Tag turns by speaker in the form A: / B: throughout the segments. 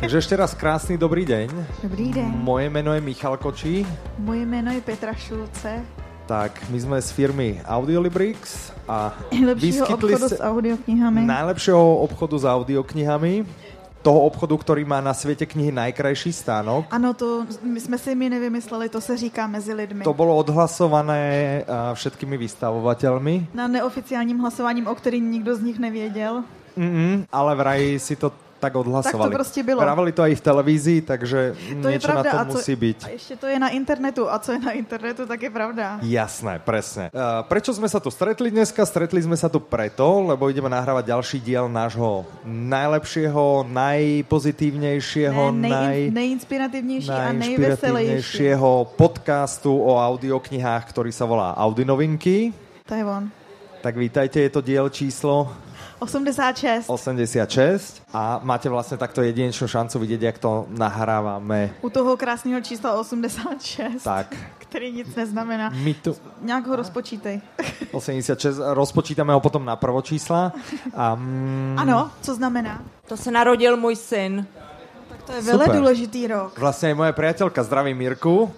A: Takže ještě raz krásný dobrý den.
B: Dobrý den,
A: Moje jméno je Michal Kočí,
B: moje jméno je Petra Šulce,
A: tak my jsme z firmy Audiolibrix a
B: nejlepšího obchodu s audioknihami.
A: najlepšího obchodu s audioknihami, toho obchodu, který má na světě knihy najkrajší stánok.
B: Ano, to my jsme si my nevymysleli, to se říká mezi lidmi.
A: To bylo odhlasované a, všetkými vystavovatelmi,
B: Na neoficiálním hlasováním, o kterým nikdo z nich nevěděl.
A: Mm-mm, ale vraj si to tak odhlasovali.
B: Tak to prostě bylo.
A: Právali to i v televizi, takže
B: To je
A: něco na
B: pravda.
A: to
B: a, co,
A: musí být.
B: a ještě to je na internetu. A co je na internetu, tak je pravda.
A: Jasné, presne. Uh, prečo sme sa tu stretli dneska? Stretli sme sa tu preto, lebo ideme nahrávať ďalší diel nášho najlepšieho, najpozitívnejšieho,
B: ne,
A: naj...
B: nej, nejinspirativnější a nejveselější.
A: najinšpiratívnejšieho podcastu o audioknihách, ktorý sa volá Audi novinky.
B: To je on.
A: Tak vítajte, je to diel číslo
B: 86.
A: 86 a máte vlastne takto jedinečnú šancu vidieť, jak to nahrávame.
B: U toho krásného čísla 86,
A: Tak,
B: který nic neznamená.
A: my tu...
B: Nějak ho rozpočítej.
A: Hmm. 86, rozpočítame ho potom na prvočísla. A, mm,
B: Ano, co znamená?
C: To se narodil můj syn.
B: To je
A: Super.
B: vele důležitý rok.
A: Vlastně i moje priateľka, zdravím Mirku.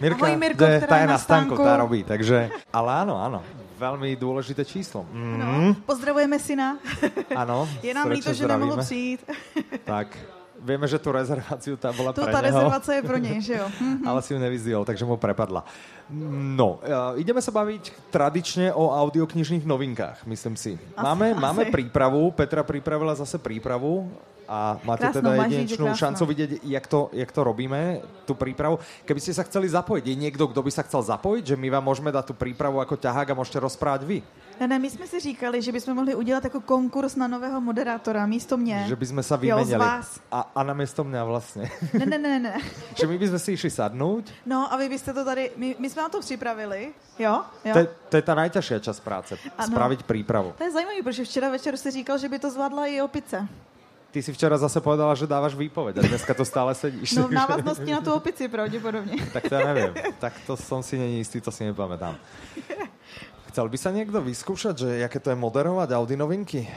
A: Mirka,
B: Ahoj, Mirko,
A: kde-
B: která
A: ta je
B: je
A: na
B: na
A: stanku,
B: stánku.
A: ta robí, takže... Ale ano, ano. Velmi důležité číslo. Mm,
B: No, pozdravujeme syna.
A: ano,
B: Je nám
A: srdečně
B: líto, že nemohl
A: zdravíme.
B: přijít.
A: Tak, víme, že tu rezervaci ta byla
B: To,
A: pro něho,
B: ta rezervace je pro něj, že jo? Hm.
A: Mm-hmm. ale si ju nevyzdíl, takže mu prepadla. No, eh, ideme se bavit tradičně o audioknižných novinkách, myslím si. Máme,
B: asi.
A: máme přípravu, Petra připravila zase přípravu a máte
B: Krásnou,
A: teda
B: máš
A: jedinečnou
B: říct, že krásnou.
A: šancu vidět, jak to, jak to robíme, tu přípravu. Keby ste sa chceli zapojit, je někdo, kdo by sa chcel zapojit, že my vám můžeme dát tu přípravu jako ťahák a můžete rozprávat vy,
B: Ne, ne, my jsme si říkali, že bychom mohli udělat jako konkurs na nového moderátora místo mě.
A: že by sme sa
B: Jo, z
A: vymenili.
B: vás.
A: A, a na město mě vlastně.
B: Ne, ne, ne, ne.
A: že my bychom si išli sadnout.
B: No a vy byste to tady, my, my jsme vám to připravili, jo? jo?
A: To, je- to je ta najťažšia časť práce,
B: Ano.
A: spraviť prípravu.
B: To je zajímavé, protože včera večer si říkal, že by to zvládla i opice.
A: Ty si včera zase povedala, že dávaš výpoveď a dneska to stále sedíš.
B: No v
A: takže-
B: návaznosti na tu opici pravděpodobně.
A: tak to já nevím. Tak to jsem si není jistý, to si nepamätám. Chcel by sa někdo vyskúšať, že jaké to je moderovat Audi novinky?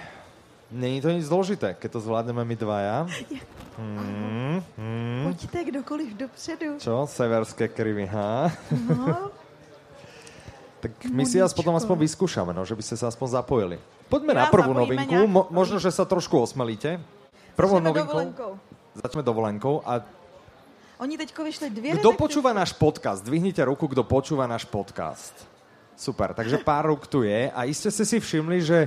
A: Není to nic zložité, keď to zvládneme my dvaja. Hmm, hmm.
B: Pojďte kdokoliv dopředu.
A: Čo? Severské krivy, ha?
B: No,
A: Tak my si vás
B: Moničko.
A: potom aspoň vyskúšame, no, že by ste sa aspoň zapojili. Poďme
B: Ja
A: na prvú
B: zapojíme
A: novinku,
B: nějak-
A: Mo možno, že sa trošku osmelíte. Prvou
B: jdeme
A: novinkou...
B: dovolenkou.
A: Začneme dovolenkou a
B: Oni teďko vyšli dvě
A: Kdo
B: detektivky.
A: počúva náš podcast? Dvihnite ruku, kdo počúva náš podcast. Super, takže pár ruk tu je a iste ste si všimli, že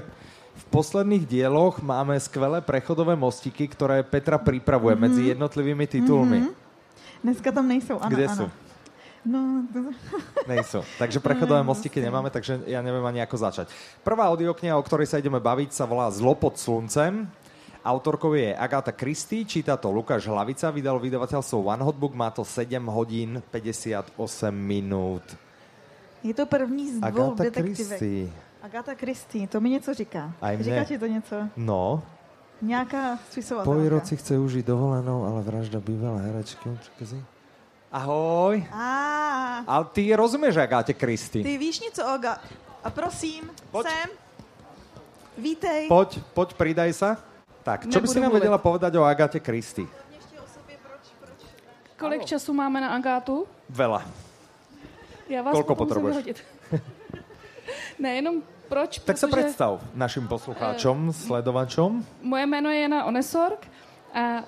A: v posledných dieloch máme skvelé prechodové mostiky, ktoré Petra pripravuje mm
B: Mhm.
A: -hmm. medzi jednotlivými titulmi. Mm -hmm.
B: Dneska tam nejsou, Mhm. ano,
A: Kde
B: ano.
A: sú?
B: No, to...
A: Nejsou. Takže prechodové
B: Mhm,
A: mostiky nemáme, takže ja neviem ani ako začať. Prvá audiokniha, o ktorej sa ideme baviť, sa volá Zlo pod sluncem. Autorkou je Agáta Kristý, číta to Lukáš Hlavica, vydal vydavateľstvo One Hot Book, má to 7 hodín 58 minút.
B: Je to první z dvou
A: Agáta
B: detektivek.
A: Christie.
B: Agata Christie, to mi něco říká.
A: A i mně.
B: Říká ti to něco?
A: No,
B: Nějaká spisovatelka.
A: Poirot si chce užít dovolenou, ale vražda bývalé herečky mu překazí. Ahoj.
B: A
A: Ale ty rozumieš Agátě Kristy.
B: ty víš něco o Aga... A prosím,
A: Pojď.
B: Pojď. sem. Vítej.
A: Poď, poď, pridaj sa. Tak, čo by si
B: Nebudu
A: nám
B: mluvit.
A: vedela povedať o Agáte Kristy?
D: Kolik ano. času máme na Agátu?
A: Veľa.
D: Já vás
A: Kolko
D: potom musím
A: potřebuješ?
D: vyhodit. ne, jenom proč?
A: Tak se
D: protože
A: představ našim
B: Eh.
A: posluchačům, sledovačům.
D: Moje jméno je Jana Onesorg a uh,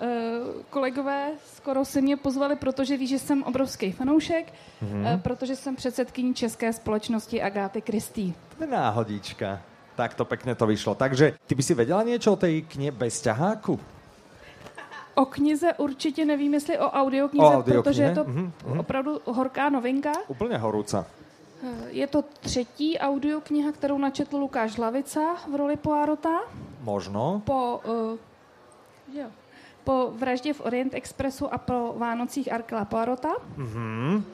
D: kolegové skoro si mě pozvali, protože ví, že jsem obrovský fanoušek,
A: Mhm.
D: mm-hmm. uh, protože jsem předsedkyní České společnosti Agáty Kristý.
A: To je náhodička. Tak to pekne to vyšlo. Takže ty by si vedela něco o té kně bez ťaháku?
D: O knize určitě nevím, jestli o audioknize,
A: O audioknize,
D: protože je to
A: mhm,
D: mm-hmm. opravdu horká novinka.
A: Úplně horúca.
D: Eh, Je to třetí audiokniha, kterou načetl Lukáš Hlavica v roli Poirota.
A: Možno.
D: po, uh, jo, po vraždě v Orient Expressu a po Vánocích Arkela Poirota. Mm-hmm.
A: Mhm.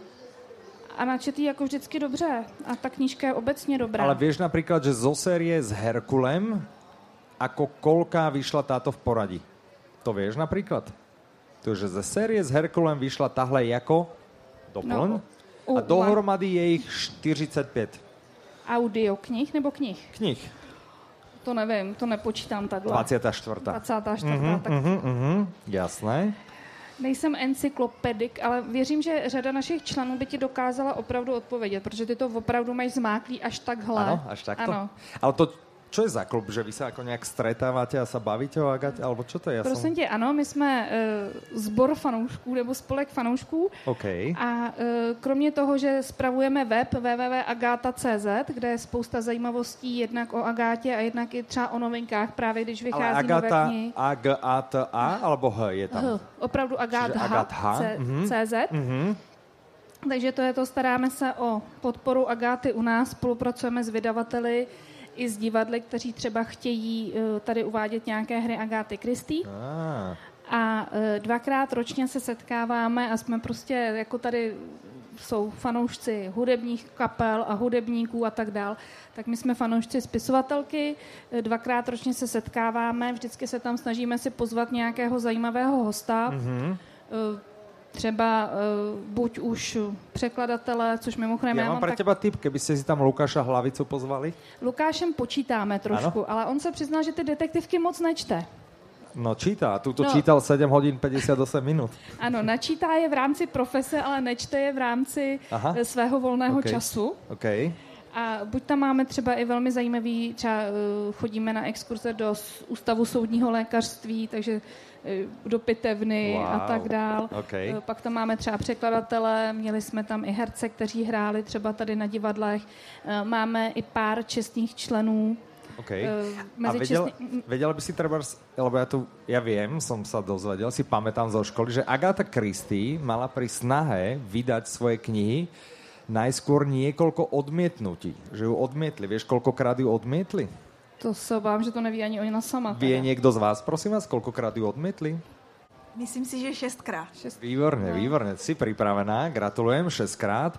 D: A načetý jako vždycky dobře. A ta knížka je obecně dobrá.
A: Ale vieš napríklad, že zo série s Herkulem, ako kolká vyšla táto v poradí? To vieš napríklad? To, že ze série s Herkulem vyšla tahle jako doplň.
D: No,
A: No,
D: u-
A: a
D: u-
A: dohromady je ich 45
D: Audio knih nebo knih?
A: knih.
D: To nevím, to nepočítám takhle.
A: 24.
D: 24. Mm-hmm, tak
A: Mhm, mhm, jasné.
D: nejsem encyklopedik, ale věřím, že řada našich členů by ti dokázala opravdu odpovědět, protože ty to opravdu máš zmáklý až takhle.
A: Ano, až takto.
D: Ano.
A: Ale to, čo je za klub, že vy sa ako nejak stretávate a sa bavíte o Agate, alebo čo to je? Ja
D: Prosím
A: som...
D: tě, ano, my jsme uh, zbor fanoušků nebo spolek fanoušků
A: OK.
D: a uh, kromě toho, že spravujeme web www.agata.cz, kde je spousta zajímavostí jednak o Agátě a jednak i třeba o novinkách, právě když
A: Ale
D: vychází nové
A: Agata,
D: knihy.
A: A, G, A, T, A, alebo H je tam?
D: H, opravdu
A: Agatha, mhm.
D: Agatha.cz.
A: Mhm.
D: Takže to je to, staráme se o podporu Agáty u nás, spolupracujeme s vydavateli i s divadly, kteří třeba chtějí eh, tady uvádět nějaké hry Agáty Kristý.
A: Ah,
D: A eh, dvakrát ročně se setkáváme a jsme prostě, jako tady jsou fanoušci hudebních kapel a hudebníků a tak dál, tak my jsme fanoušci spisovatelky, eh, dvakrát ročně se setkáváme, vždycky se tam snažíme si pozvat nějakého zajímavého hosta, mm-hmm. třeba eh, buď už překladatele, což mimochodem
A: ja
D: já,
A: mám pre
D: tak...
A: teba tip, keby ste si tam Lukáša Hlavicu pozvali.
D: Lukášem počítáme trošku, ano. ale on se přiznal, že ty detektivky moc nečte.
A: No číta, tuto
D: No.
A: čítal 7 hodín 58 minút.
D: Ano, načítá je v rámci profese, ale nečte je v rámci
A: Aha.
D: Aha. svého volného
A: Ok.
D: okay. času.
A: OK.
D: A buď tam máme třeba i velmi zajímavý, třeba eh, chodíme na exkurze do s- Ústavu soudního lékařství, takže eh, do pitevny
A: Wow.
D: a tak dál.
A: Ok.
D: Eh, Pak tam máme třeba překladatele, měli jsme tam i herce, kteří hráli třeba tady na divadlech. Eh, Máme i pár čestných členů.
A: Okay.
D: Eh,
A: a
D: mezi
A: vedel,
D: čestný-
A: vedela by si treba, lebo ja tu, ja viem, som sa dozvedel, si pamätám zo školy, že Agatha Christie mala pri snahe vydať svoje knihy najskôr niekoľko odmietnutí. Že ju odmietli. Vieš, koľkokrát ju odmietli?
D: To se obávám, že to neví ani ona sama.
A: Vie
D: teda.
A: niekto z vás, prosím vás, koľkokrát ju odmietli?
B: Myslím si, že šestkrát.
A: Výborne, výborne. Si pripravená. Gratulujem šestkrát.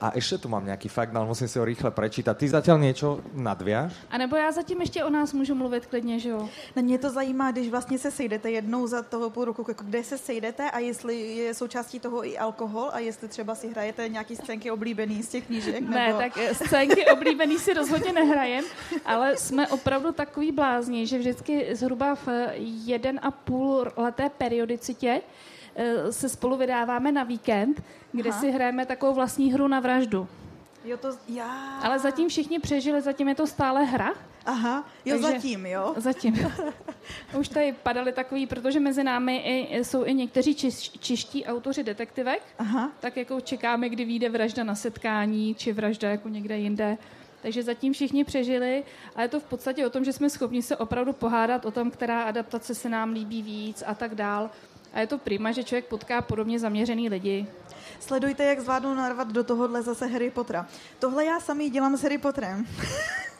A: A ešte tu mám nejaký fakt, ale musím si ho rýchle prečítať. Ty zatiaľ niečo nadviaš?
D: A nebo já zatím ještě o nás můžu mluvit klidně, že jo?
B: No mě to zajímá, když vlastně se sejdete jednou za toho půl roku, jako kde se sejdete a jestli je součástí toho i alkohol a jestli třeba si hrajete nějaký scénky oblíbený z těch knížek.
D: Ne,
B: nebo...
D: tak eh, scénky oblíbený si rozhodně nehrajem, ale jsme opravdu takový blázni, že vždycky zhruba v eh, jeden a půl leté periodicitě eh, se spolu vydáváme na víkend, kde
B: Aha.
D: Aha. si hrajeme takovou vlastní hru na vraždu.
B: Jo, to... Já...
D: Ale zatím všichni přežili, zatím je to stále hra.
B: Aha, jo,
D: Takže-
B: zatím, jo.
D: Zatím. Už tady padaly takový, protože mezi námi i, jsou i někteří čiš, čeští autoři detektivek,
B: Aha.
D: tak jako čekáme, kdy vyjde vražda na setkání, či vražda jako někde jinde. Takže zatím všichni přežili a je to v podstatě o tom, že jsme schopni se opravdu pohádat o tom, která adaptace se nám líbí víc a tak dál. A je to prima, že člověk potká podobně zaměřený lidi.
B: Sledujte, jak zvládnu narvat do tohohle zase Harry Pottera. Tohle já samý dělám s Harry Potterem,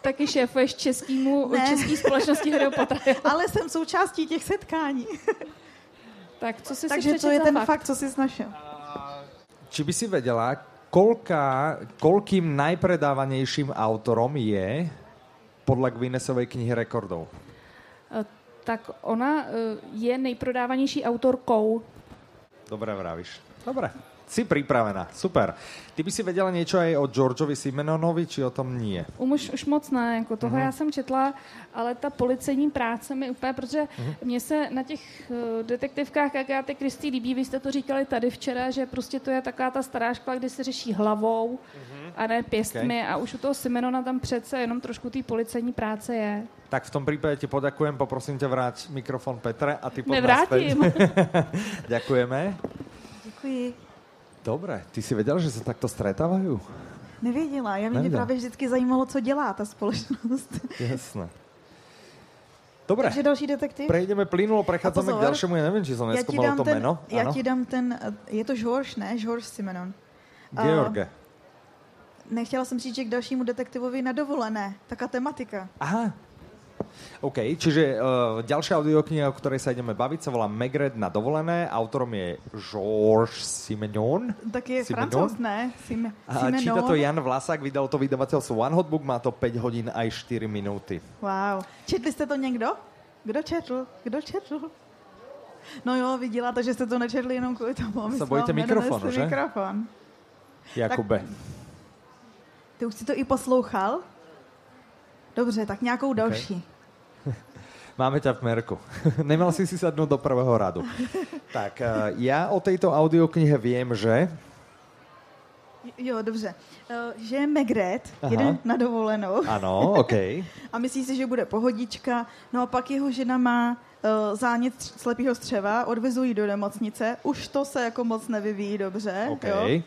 D: Taky šéfuješ českýmu,
B: Ne.
D: český společnosti Harry Potter.
B: ale jsem součástí těch setkání.
D: Tak co jsi si
B: Takže to
D: přečetl
B: je
D: za
B: ten
D: fakt?
B: fakt, co jsi snašel.
A: Či by si vedela, kolka, koľkým najpredávanejším autorom je podľa Guinnessovej knihy rekordov?
D: Eh, Tak ona eh, je nejprodávanější autorkou.
A: Dobre vravíš. Dobre. Si pripravená. Super. Ty by si vedela niečo aj o Georgeovi Simenonovi, či o tom nie?
D: U muž už moc ne, jako toho já jsem četla, ale ta policejní práce mi úplně, protože mně se na těch eh, detektivkách Agáty Kristý líbí, vy jste to říkali tady včera, že prostě to je taková ta stará škola, kdy se řeší hlavou a ne pěstmi a už u toho Simenona tam přece jenom trošku té policejní práce je.
A: Tak v tom prípade ti poďakujem, poprosím ťa vráť mikrofon Petre a ty pod nás späť.
D: Nevrátím.
A: Ďakujeme.
B: Děkuji.
A: Dobre, ty si vedela, že sa takto stretávajú?
B: Nevěděla, já mě
A: Nevěděla.
B: právě vždycky zajímalo, co dělá ta společnost.
A: Jasné. Dobre,
B: Takže další detektiv?
A: prejdeme plynulo, prechádzame k
B: pozor.
A: ďalšiemu. Ja neviem, či som
B: Já ti
A: neskúmal
B: dám
A: to
B: ten,
A: meno.
B: já
A: Áno.
B: ti dám ten, eh, je to George, ne? George Simenon. A
A: George.
B: Nechtěla jsem říct, že k dalšímu detektivovi na dovolené. Taká tematika.
A: Aha. OK, čiže uh, ďalšia audiokniha, o ktorej sa ideme baviť, sa volá Megred na dovolené. Autorom je Georges Simenon.
B: Tak je
A: Simenon?
B: francouz, ne? Sim,
A: A číta to Jan Vlasák, vydal to vydavateľstvo One Hot Book, má to 5 hodín aj 4 minúty.
B: Wow. Četli jste to někdo? Kdo četl? Kdo četl? No jo, vy děláte, že jste to nečetli jenom kvůli tomu. aby
A: Se
B: jsme
A: bojíte
B: vám
A: mikrofonu,
B: nedonesli
A: že?
B: mikrofon.
A: Jakube.
B: Ty už si to i poslouchal? Dobře, tak nějakou další.
A: Máme ťa v merku. Nemal si si sadnúť do prvého radu. tak, eh, ja o tejto audioknihe viem, že...
B: Jo, dobře. Eh, Že je Megret
A: Aha.
B: jede na dovolenou
A: Áno, OK.
B: a myslí si, že bude pohodička. No a pak jeho žena má eh, zánět tř- slepého střeva, odvezou ji do nemocnice. Už to se jako moc nevyvíjí dobře.
A: OK.
B: Jo?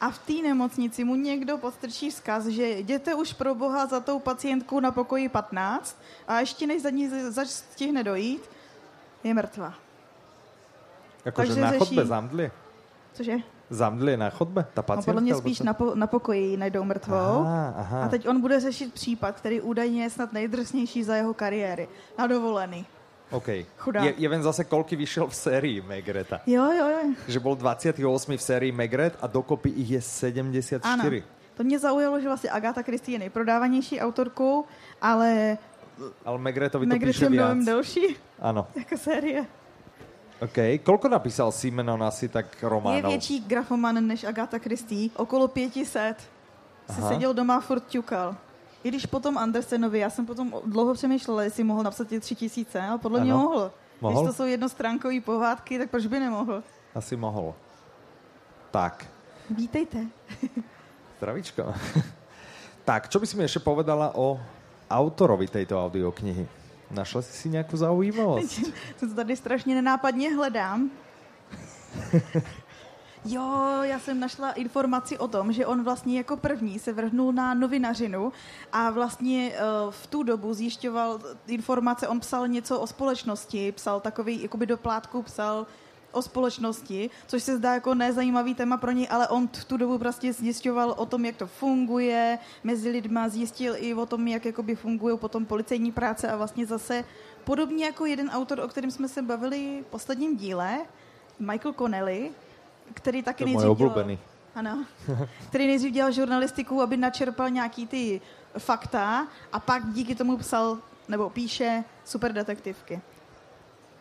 B: A v té nemocnici mu někdo podstrčí vzkaz, že jděte už pro boha za tou pacientkou na pokoji 15 a ještě než za ní z- zač stihne dojít, je mrtvá.
A: Akože
B: Takže
A: na
B: řeší-
A: chodbe zamdlie.
B: Cože?
A: Zamdlie na chodbe? Tá
B: No,
A: pacientka?
B: podle mě
A: alebo
B: spíš
A: čo?
B: na, po, na pokoji ji najdou mrtvou.
A: Aha, aha.
B: A teď on bude řešit případ, který údajně je snad nejdrsnější za jeho kariéry. Na dovolený.
A: OK.
B: Chudák.
A: Je, je ven zase, koľky vyšiel v sérii Megreta.
B: Jo, jo, jo.
A: Že bol 28 v sérii Megret a dokopy ich je 74.
B: Ano. To mě zaujalo, že vlastně Agatha Christie je nejprodávanější autorkou, ale
A: Ale Megretovi to
B: Megret
A: píše
B: je mnohem
A: viac.
B: delší
A: Áno.
B: jako série.
A: OK. Koľko napísal Simenon asi tak
B: Je
A: románov?
B: větší grafoman než Agatha Christie, okolo 500. Si
A: Aha.
B: seděl doma a furt ťukal. I když potom Andersenovi, já jsem potom dlouho přemýšlela, jestli mohl napsat i tři tisíce, ale podle mě
A: Ano.
B: mohl.
A: Mohl?
B: Když to jsou jednostránkové pohádky, tak proč by nemohl?
A: Asi mohol. Tak.
B: Vítejte.
A: Zdravíčko. tak, čo by si mi ešte povedala o autorovi tejto audioknihy? Našla si si nejakú zaujímavosť?
B: Jsem to tady strašně nenápadně hledám. Jo, já jsem našla informaci o tom, že on vlastně jako první se vrhnul na novinařinu a vlastně eh, v tu dobu zjišťoval informace, on psal něco o společnosti, psal takový, jakoby do plátku psal o společnosti, což se zdá jako nezajímavý téma pro něj, ale on t- v tu dobu prostě zjišťoval o tom, jak to funguje mezi lidma, zjistil i o tom, jak jakoby fungují potom policejní práce a vlastně zase podobně jako jeden autor, o kterém jsme se bavili v posledním díle, Michael Connelly, který taky
A: To je můj
B: nejdřív dělal-
A: oblíbený.
B: ano. Který nejdřív dělal žurnalistiku, aby načerpal nějaký ty fakta a pak díky tomu psal nebo píše super detektivky.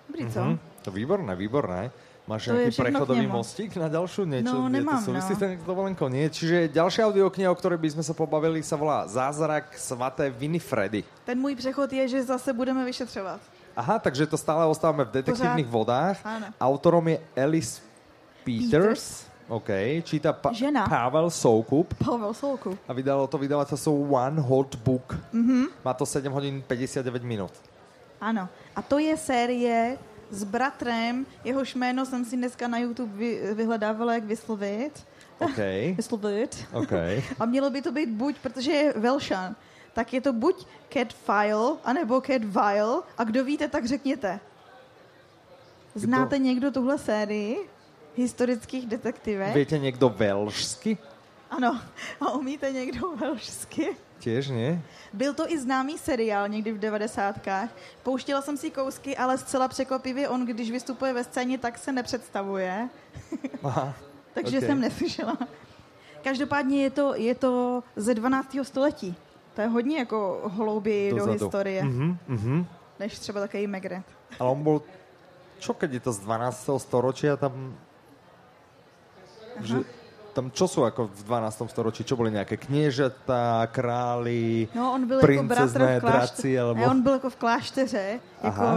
B: Dobrý, co? Mm-hmm.
A: To výborné, výborné. Máš
B: To je
A: nejaký
B: všechno k
A: prechodový
B: nemu.
A: mostík na ďalšiu? Niečo,
B: No,
A: je
B: nemám,
A: to súvisí
B: no.
A: no. s dovolenkou? Nie. Čiže ďalšia audiokniha, o ktorej by sme sa pobavili, sa volá Zázrak svaté Winifredy.
B: Ten můj přechod je, že zase budeme vyšetřovat.
A: Aha, takže to stále ostávame v detektívnych
B: Pořád.
A: vodách.
B: Áno.
A: Autorom je Alice Peters. OK, číta pa-
B: Žena.
A: Pavel Soukup.
B: Pavel Solku.
A: A vydalo to vydavateľstvo One Hot Book.
B: Mhm.
A: Mm-hmm. Má to 7 hodín 59 minút.
B: Ano. A to je série s bratrem, jehož jméno jsem si dneska na YouTube vy, vyhledávala, jak vyslovit.
A: OK.
B: Vyslovit.
A: OK.
B: A mělo by to být buď, protože je Velšan, tak je to buď Cat File, anebo Cat Vile. A kdo víte, tak řekněte. Znáte někdo tuhle sérii historických detektivek?
A: Viete niekto velšsky?
B: Ano. A umíte někdo velšsky?
A: Tiež nie?
B: Byl to i známý seriál někdy v devadesátkách. Pouštěla jsem si kousky, ale zcela překvapivě on, když vystupuje ve scéně, tak se nepředstavuje.
A: Aha. Ok.
B: Takže okay. jsem neslyšela. Každopádně je to, je to ze 12. století. To je hodně jako hlouběji do, do
A: Dozadu.
B: historie, mm.
A: Mhm, mhm.
B: než třeba takový Megret.
A: Ale on bol... Čo keď je to z 12. storočia tam... Že, tam čo sú ako v 12. storočí? Čo boli nejaké kniežatá, králi,
B: No, on byl jako bratr
A: princezné,
B: v
A: draci,
B: klášteře.
A: alebo...
B: Ne, on byl jako v klášteře.
A: Aha.
B: Jako,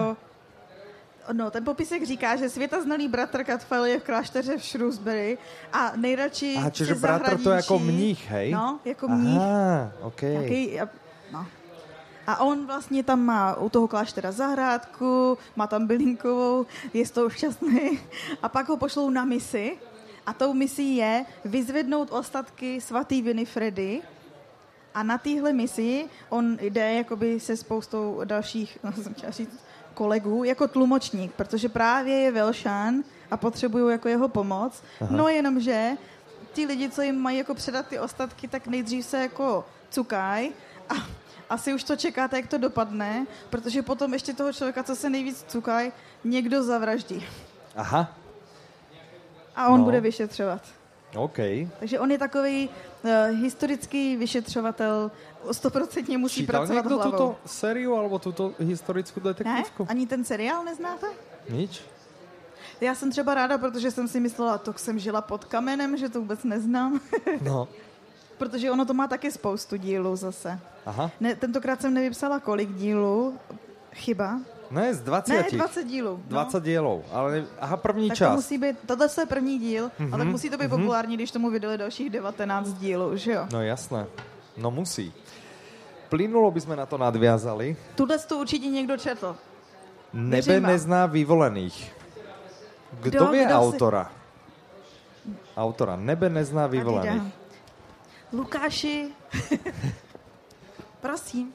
B: no, ten popisek říká, že světa znalý bratr Katfel je v klášteře v Shrewsbury a nejradši
A: Aha, čiže
B: si
A: bratr to je
B: zahradníčí.
A: jako mních, hej?
B: No, jako mních.
A: Aha, OK.
B: Nějaký, a- no. A on vlastně tam má u toho kláštera zahrádku, má tam bylinkovou, je z toho šťastný. A pak ho pošlou na misi. A tou misí je vyzvednout ostatky svatý Winifredy. A na téhle misi on jde jakoby se spoustou dalších no, jsem chtěla říct, kolegů jako tlumočník, protože právě je Velšan a potřebují jako jeho pomoc. Aha. No jenomže ti lidi, co jim mají jako předat ty ostatky, tak nejdřív se jako cukají a asi už to čekáte, jak to dopadne, protože potom ještě toho člověka, co se nejvíc cukají, někdo zavraždí.
A: Aha,
B: A on
A: No.
B: no. bude vyšetřovat.
A: OK.
B: Takže on je takový uh, historický vyšetřovatel, stoprocentně musí
A: Čítal
B: pracovat
A: niekto
B: hlavou.
A: túto sériu alebo túto historickú
B: Ne?
A: detektívku?
B: Ani ten seriál neznáte?
A: Nič?
B: Já jsem třeba ráda, protože jsem si myslela, to jsem žila pod kamenem, že to vůbec neznám.
A: No.
B: protože ono to má také spoustu dílů zase.
A: Aha.
B: Ne, tentokrát jsem nevypsala, kolik dílů. Chyba.
A: Ne, z 20.
B: Ne, 20 dílů. No.
A: 20 dielov, ale ne... aha, první
B: tak to
A: čas. Mhm,
B: musí být, tohle je první díl, mm-hmm. ale tak musí to být mm-hmm. populární, když tomu vydali dalších 19 dílů, že jo?
A: No jasné, no musí. Plynulo by sme na to nadviazali.
B: Tuhle to určitě někdo četl.
A: Nebe
B: Neříma.
A: nezná vyvolených. Kdo,
B: Kdo-
A: je
B: kdo si-
A: autora? Autora. Nebe nezná vyvolených.
B: Adida. Lukáši, prosím,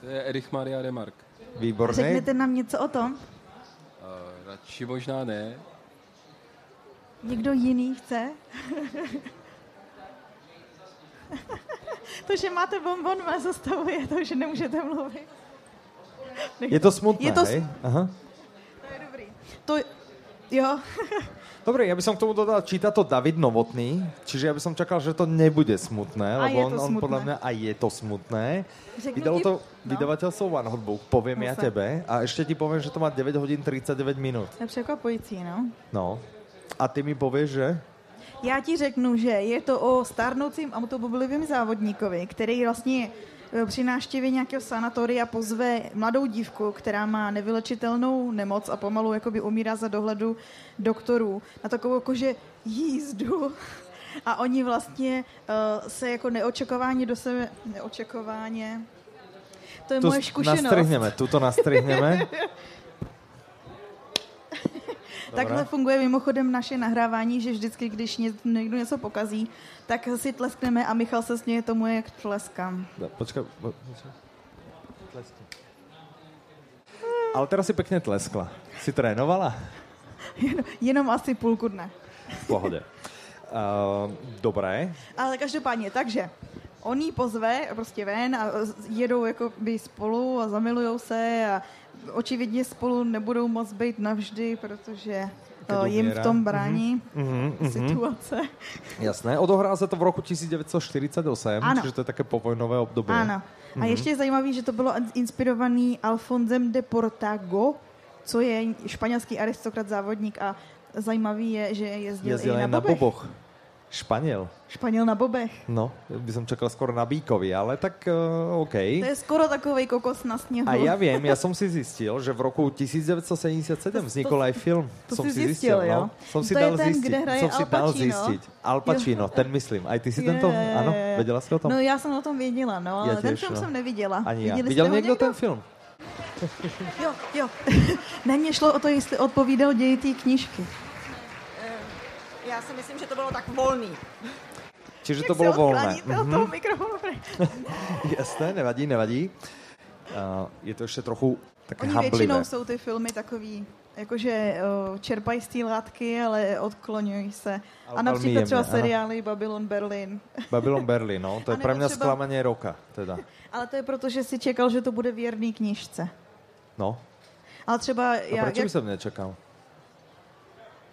E: To je Erich Maria Remark.
A: Výborný.
B: řeknete nám něco o tom?
E: Uh, radši možná ne.
B: Někdo jiný chce? to, že máte bonbon, vás zastavuje, to, že nemůžete mluvit.
A: Je to smutné,
B: Je to s-
A: hej? Aha.
B: To je dobrý. To, jo,
A: Dobre, ja by som k tomu dodal, číta to David Novotný, čiže ja by som čakal, že to nebude smutné,
B: A
A: lebo
B: je
A: on,
B: to
A: on
B: smutné.
A: podľa mňa aj je to smutné.
B: Řeknu
A: Vydalo
B: ti-
A: to
B: no.
A: vydavateľstvo One Hot Book, poviem ja
B: Musím.
A: tebe, a ešte ti poviem, že to má 9 hodín 39 minút.
B: to je překvapující, no.
A: No. A ty mi povieš, že?
B: Já ti řeknu, že je to o stárnoucím automobilovém závodníkovi, který vlastně eh, při návštěvě nějakého sanatoria pozve mladou dívku, která má nevylečitelnou nemoc a pomalu jakoby umírá za dohledu doktorů na takovou jakože jízdu. A oni vlastně uh, se jako neočekováně do sebe... Neočekováně... To je
A: Tu
B: moje
A: s-
B: zkušenost.
A: nastrihneme, tu to nastrihneme.
B: Takhle funguje mimochodem naše nahrávání, že vždycky, když ně- někdo něco pokazí, tak si tleskneme a Michal se směje tomu, jak tleskám.
A: No, Počkaj, po- počkaj. Tleskni. Ale teraz si pekne tleskla. Si trénovala?
B: Jenom asi půlku dne.
A: V pohode. Uh, dobré,
B: Ale každopádně, takže on ji pozve prostě ven a z- jedou jakoby spolu a zamilujou se a očividně spolu nebudou moc být navždy, protože
A: Keď
B: o, jim v
A: umírá.
B: tom brání
A: Mhm,
B: mm-hmm, situace.
A: jasné. Odohrá se to v roku 1948,
B: Ano.
A: čiže to je také povojnové období.
B: Ano. A
A: Mhm.
B: ještě je zajímavý, že to bylo inspirovaný Alfonzem de Portago, co je španělský aristokrat závodník a zajímavý je, že jezdil,
A: Jezdil
B: i
A: aj
B: na,
A: na
B: bobech.
A: boboch. Španiel.
B: Španěl na bobech.
A: No, by som čakal skoro na Bíkovi, ale tak uh, OK.
B: To je skoro takový kokos na sněhu.
A: A ja viem, ja som si zistil, že v roku 1977 vznikol aj film.
B: to
A: som
B: si zistil, jo?
A: Som no. si
B: To je
A: dal
B: ten,
A: zistiť.
B: kde hraje
A: som si
B: Al
A: dal
B: Pacino.
A: zistiť. Al Pacino, ten myslím. Aj ty si
B: Je,
A: tento?
B: je, je,
A: Áno,
B: je.
A: vedela si o tom?
B: No já jsem o tom věděla, no, ale ten
A: těž,
B: film
A: no.
B: jsem neviděla.
A: Ani ja.
B: Viděli
A: Videl
B: jste ho
A: niekto ten film?
B: Jo, jo. ne, mě šlo o to, jestli odpovídal ději té knížky.
C: Já si myslím, že to bylo tak volný.
A: Čiže
B: Jak
A: to Mhm.
B: se
A: bolo voľné.
B: odkláníte od toho mikrofonu.
A: Jasné, nevadí, nevadí. Uh, je to ještě trochu také
B: Oni
A: hamblivé.
B: většinou jsou ty filmy takový, jakože o, čerpají z té látky, ale odkloňují se.
A: Ale
B: a
A: velmi
B: například třeba
A: jemně, ano.
B: seriály Babylon Berlin.
A: Babylon Berlin, no, to je
B: A
A: pro
B: nebo
A: mě
B: třeba-
A: zklamanie roka, teda.
B: Ale to je proto, že si čekal, že to bude věrný knížce.
A: No,
B: Ale třeba...
A: a
B: Já,
A: proč by som nečakal?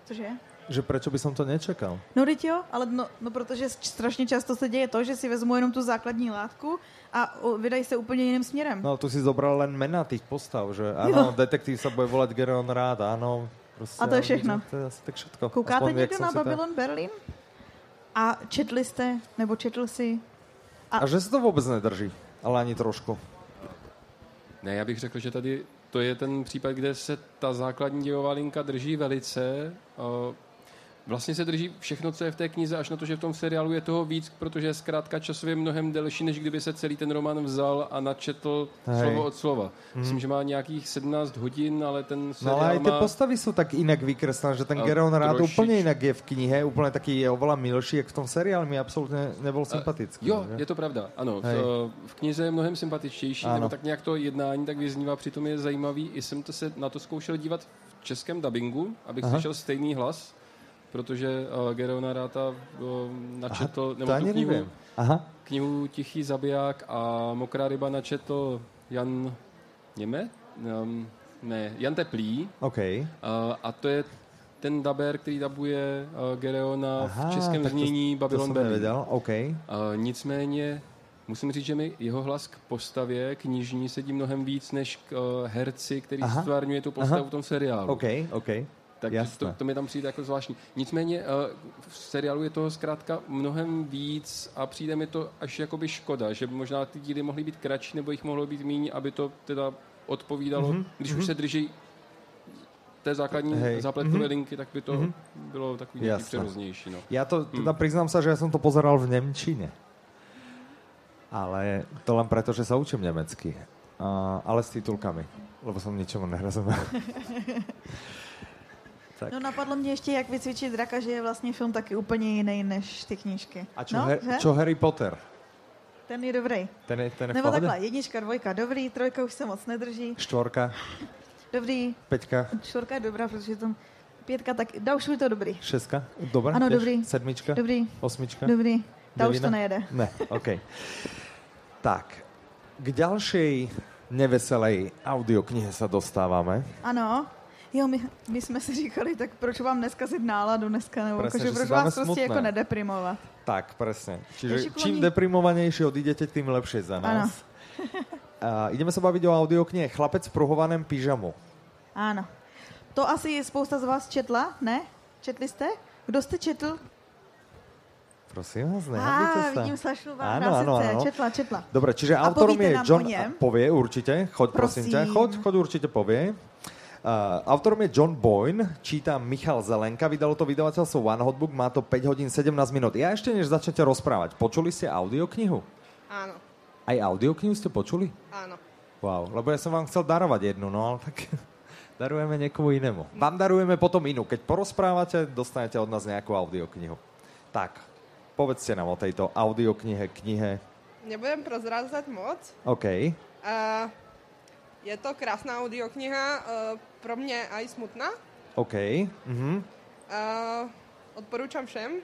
B: Cože?
A: Že proč by som to nečakal?
B: No teď jo, ale no, no protože s- strašně často se děje to, že si vezmu jenom tu základní látku a o, vydají se úplně jiným směrem.
A: No, tu si zobral len mena tých postav, že ano, detektív sa bude volať Geron Rád, ano. Prostě,
B: A to je
A: ale
B: všechno.
A: To je asi tak všetko.
B: Koukáte
A: Aspoň, jak
B: někdo
A: som
B: na
A: si to-
B: Babylon Berlin? A četli jste, nebo četl si?
A: A že se to vůbec nedrží, ale ani trošku.
E: Ne, já bych řekl, že tady to je ten případ, kde se ta základní dějová linka drží velice. eh, Vlastně se drží všechno, co je v té knize, až na to, že v tom seriálu je toho víc, protože je zkrátka časově mnohem delší, než kdyby se celý ten román vzal a načetl
A: Hej. Mhm.
E: Hej. slovo od slova. Hmm. Myslím, že má nějakých 17 hodin, ale ten
A: No
E: seriál
A: ale aj ty
E: má...
A: postavy jsou tak jinak vykreslené, že ten
E: A
A: Geron Rád
E: trošič-
A: úplně jinak je v knihe, úplně taký je oveľa milší, jak v tom seriálu, mi absolutně nebyl sympatický. no,
E: Jo,
A: že?
E: je to pravda, ano.
A: Hej.
E: V, v knize je mnohem sympatičtější,
A: Ano.
E: ano. nebo tak nějak to jednání tak vyznívá, přitom je zajímavý. I jsem to se na to zkoušel dívat v českém dabingu, abych
A: Aha.
E: Aha. slyšel stejný hlas, protože uh, Gerona Ráta uh, načetl, Aha, nebo tu knihu,
A: nevím. Aha.
E: knihu Tichý zabiják a Mokrá ryba načetl Jan Něme? Um, ne, Jan Teplý.
A: OK.
E: Uh, a to je ten daber, který dabuje uh, Gereona
A: Aha,
E: v českém
A: tak to-
E: znění
A: to
E: Babylon
A: jsem
E: Berlin.
A: nevěděl, OK.
E: A Nicméně musím říct, že mi jeho hlas k postavě knižní sedí mnohem víc než k eh, herci, který
A: Aha.
E: stvárňuje tu postavu
A: Aha.
E: v tom seriálu.
A: OK, OK.
E: Takže
A: Jasné.
E: to, to mi tam přijde jako zvláštní. Nicméně eh, v seriálu je toho zkrátka mnohem víc a přijde mi to až jakoby škoda, že by možná ty díly mohly být kratší nebo jich mohlo být méně, aby to teda odpovídalo, mm-hmm. když mm-hmm. už se drží té základní
A: Mhm, Hej. Mhm.
E: hey. zápletkové mm-hmm. linky, tak by to mm-hmm. bylo takový nějaký
A: Jasné.
E: přeroznější. No.
A: Ja to teda priznám sa, že ja som to pozeral v Nemčine. Ale to len preto, že sa učím nemecky. A, ale s titulkami. Lebo som ničomu nerozumel. tak.
B: No napadlo mě ještě, jak vycvičit draka, že je vlastně film taky úplně jiný než ty knížky.
A: A čo,
B: no,
A: no,
B: že?
A: čo Harry Potter?
B: Ten je dobrý.
A: Ten je, ten je v
B: Nebo
A: pohode?
B: takhle, jednička, dvojka, dobrý, trojka už se moc nedrží.
A: Štvorka,
B: Dobrý,
A: peťka,
B: čtvrka je dobrá, protože tam pětka tak, da už je to dobrý.
A: šestka? Dobre?
B: Áno,
A: tiež?
B: dobrý.
A: Sedmička?
B: Dobrý,
A: Osmička?
B: dobrý, ta už
A: Devina?
B: to nejede.
A: Ne, OK. Tak, k ďalšej neveselej audioknihe sa dostávame.
B: Ano, jo, my, my jsme si říkali, tak proč vám neskazit náladu dneska, nebo
A: Presne,
B: Presně,
A: že
B: jako,
A: si
B: proč
A: dáme
B: vás smutné. prostě
A: smutné.
B: jako nedeprimovat.
A: Tak, presne. Čiže
B: Ježiku,
A: čím
B: oni-
A: deprimovanejšie odídete, tým lepšie za
B: Ano,
A: nás. A ideme sa baviť o audioknihe Chlapec v pruhovaném pyžamu.
B: ano. To asi spousta z vás četla, ne? Četli jste? Kdo jste četl?
A: Prosím vás, nehambite
B: A,
A: sa.
B: Ah, vidím Sašu vám
A: Áno,
B: na
A: áno,
B: srdce.
A: áno.
B: Četla, četla.
A: Dobre, čiže
B: A
A: autorom
B: povíte
A: je
B: nám
A: John...
B: o ňom?
A: Povie určite, choď prosím,
B: Prosím.
A: ťa, choď, choď určite povie. Uh, autorom je John Boyne, číta Michal Zelenka, vydalo to vydavateľstvo One Hotbook, má to 5 hodín 17 minút. Ja ešte než začnete rozprávať, počuli ste audioknihu?
C: Ano,
A: Aj audioknihu ste počuli?
C: ano.
A: Wow, lebo ja som vám chcel darovať jednu, no ale tak darujeme niekomu inému. Vám darujeme potom inú. Keď porozprávate, dostanete od nás nejakú audioknihu. Tak, povedzte nám o tejto audioknihe, knihe.
F: Nebudem prozrazovat moc.
A: OK.
F: Eh, Je to krásná audiokniha, eh, pro mě i smutná.
A: OK. Mhm.
F: Eh, Odporučám všem.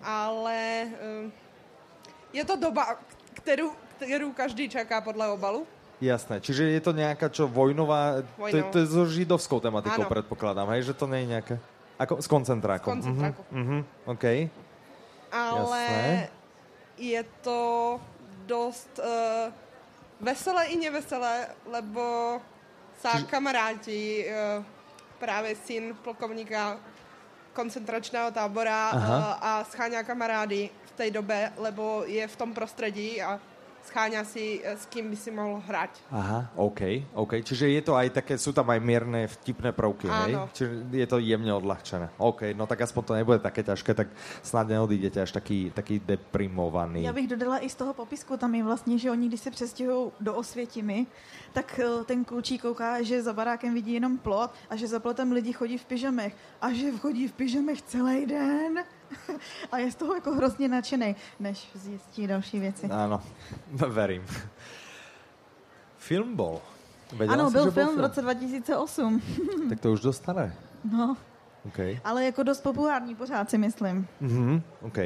F: Ale eh, je to doba, k- kterou, kterou každý čeká podle obalu.
A: Jasné. Čiže je to nejaká čo vojnová... To, je-
F: Vojnová.
A: to je so židovskou tematikou,
F: Áno.
A: predpokladám, hej? Že to nie je nejaké... Ako, s koncentrákom.
F: S koncentrákom.
A: Mhm. mhm, OK.
F: Ale
A: Jasné.
F: je to dost eh, veselé i neveselé, lebo sa kamaráti, eh, právě syn plukovníka koncentračného tábora
A: Aha.
F: eh, a scháňa kamarády v té době, lebo je v tom prostředí a scháňa si, eh, s kým by si mohl hrát.
A: Aha, OK, OK. Čiže je to aj také, sú tam aj mierne vtipné prvky, hej?
F: Áno.
A: Čiže je to jemne odľahčené. OK, no tak aspoň to nebude také ťažké, tak snad neodídete až taký, taký deprimovaný.
B: Já bych dodala i z toho popisku, tam je vlastně, že oni, když se přestěhují do Osvětimi, tak eh, ten klučík kouká, že za barákem vidí jenom plot a že za plotem lidi chodí v pyžamech a že chodí v pyžamech celý den. a je z toho jako hrozně nadšený, než zjistí další věci.
A: Áno, verím. Film bol. Vedela
B: Ano,
A: si,
B: byl
A: že
B: film v roce 2008,
A: Tak to už dostane.
B: no,
A: OK.
B: ale jako dost populární pořád si myslím.
A: Mhm, OK.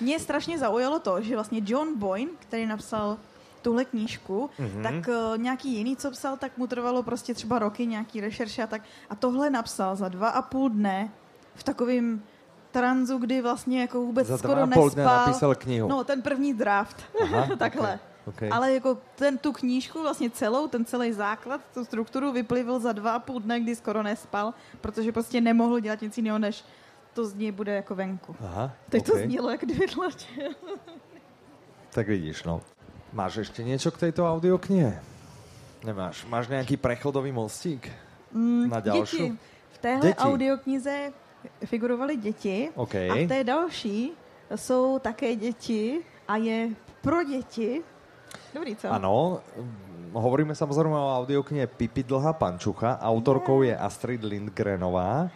B: Mě strašně zaujalo to, že vlastně John Boyne, který napsal tuhle knížku,
A: Mhm.
B: mm-hmm. tak eh, nějaký jiný, co psal, tak mu trvalo prostě třeba roky nějaký rešerše a tak. A tohle napsal za dva a půl dne v takovým tranzu, kdy vlastně jako vůbec
A: Za dva
B: skoro
A: a půl dne
B: nespal.
A: napísal knihu.
B: No, ten první draft.
A: Aha,
B: Takhle.
A: Okay. Ale...
B: Ale jako ten tu knížku vlastně celou, ten celý základ, tu strukturu vyplivil za dva a půl dne, kdy skoro nespal, protože prostě nemohl dělat nic jiného, než to z něj bude jako venku.
A: Aha,
B: Teď okay. to
A: okej.
B: znělo jak dvě tlače.
A: Tak vidíš, no. Máš ešte niečo k tejto audioknihe? Nemáš. Máš nejaký prechodový mostík?
B: Mm,
A: Na další.
B: Děti. V téhle
A: Děti.
B: děti. audioknize figurovaly děti
A: OK.
B: a v té další jsou také děti a je pro děti. Dobrý, co?
A: Áno, mm, hovoríme samozrejme o audioknihe Pipi dlhá pančucha. Autorkou
B: Mm.
A: je Astrid Lindgrenová.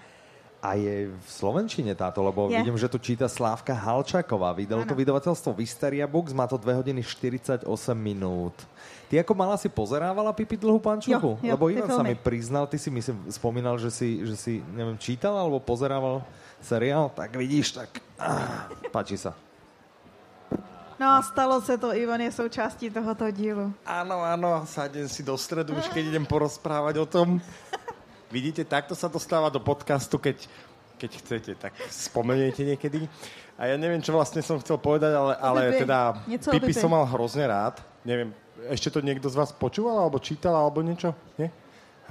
A: A je v Slovenčine táto, lebo je.
B: Je.
A: vidím, že tu číta Slávka Halčaková. Vydalo to vydavateľstvo Visteria Books, má to 2 hodiny 48 minút. Ty ako malá si pozerávala Pipi dlhú pančuchu?
B: Jo, jo,
A: lebo
B: ty
A: Ivan sa mi
B: filmy.
A: priznal, ty si myslím spomínal, že si, že si neviem, čítal alebo pozerával seriál, tak vidíš, tak ah, páči sa.
B: No a stalo se to, Ivan je součástí tohoto dílu.
G: Áno, áno, sadnem si do stredu, už keď idem porozprávať o tom. Vidíte, takto sa to stáva do podcastu, keď, keď chcete, tak spomeniete niekedy. A ja neviem, čo vlastne som chcel povedať, ale, ale
B: Oblíbej.
G: teda
B: Niečo
G: Pipi
B: oblíbej.
G: som mal hrozne rád. Neviem, ešte to niekto z vás počúval, alebo čítal, alebo niečo? Nie?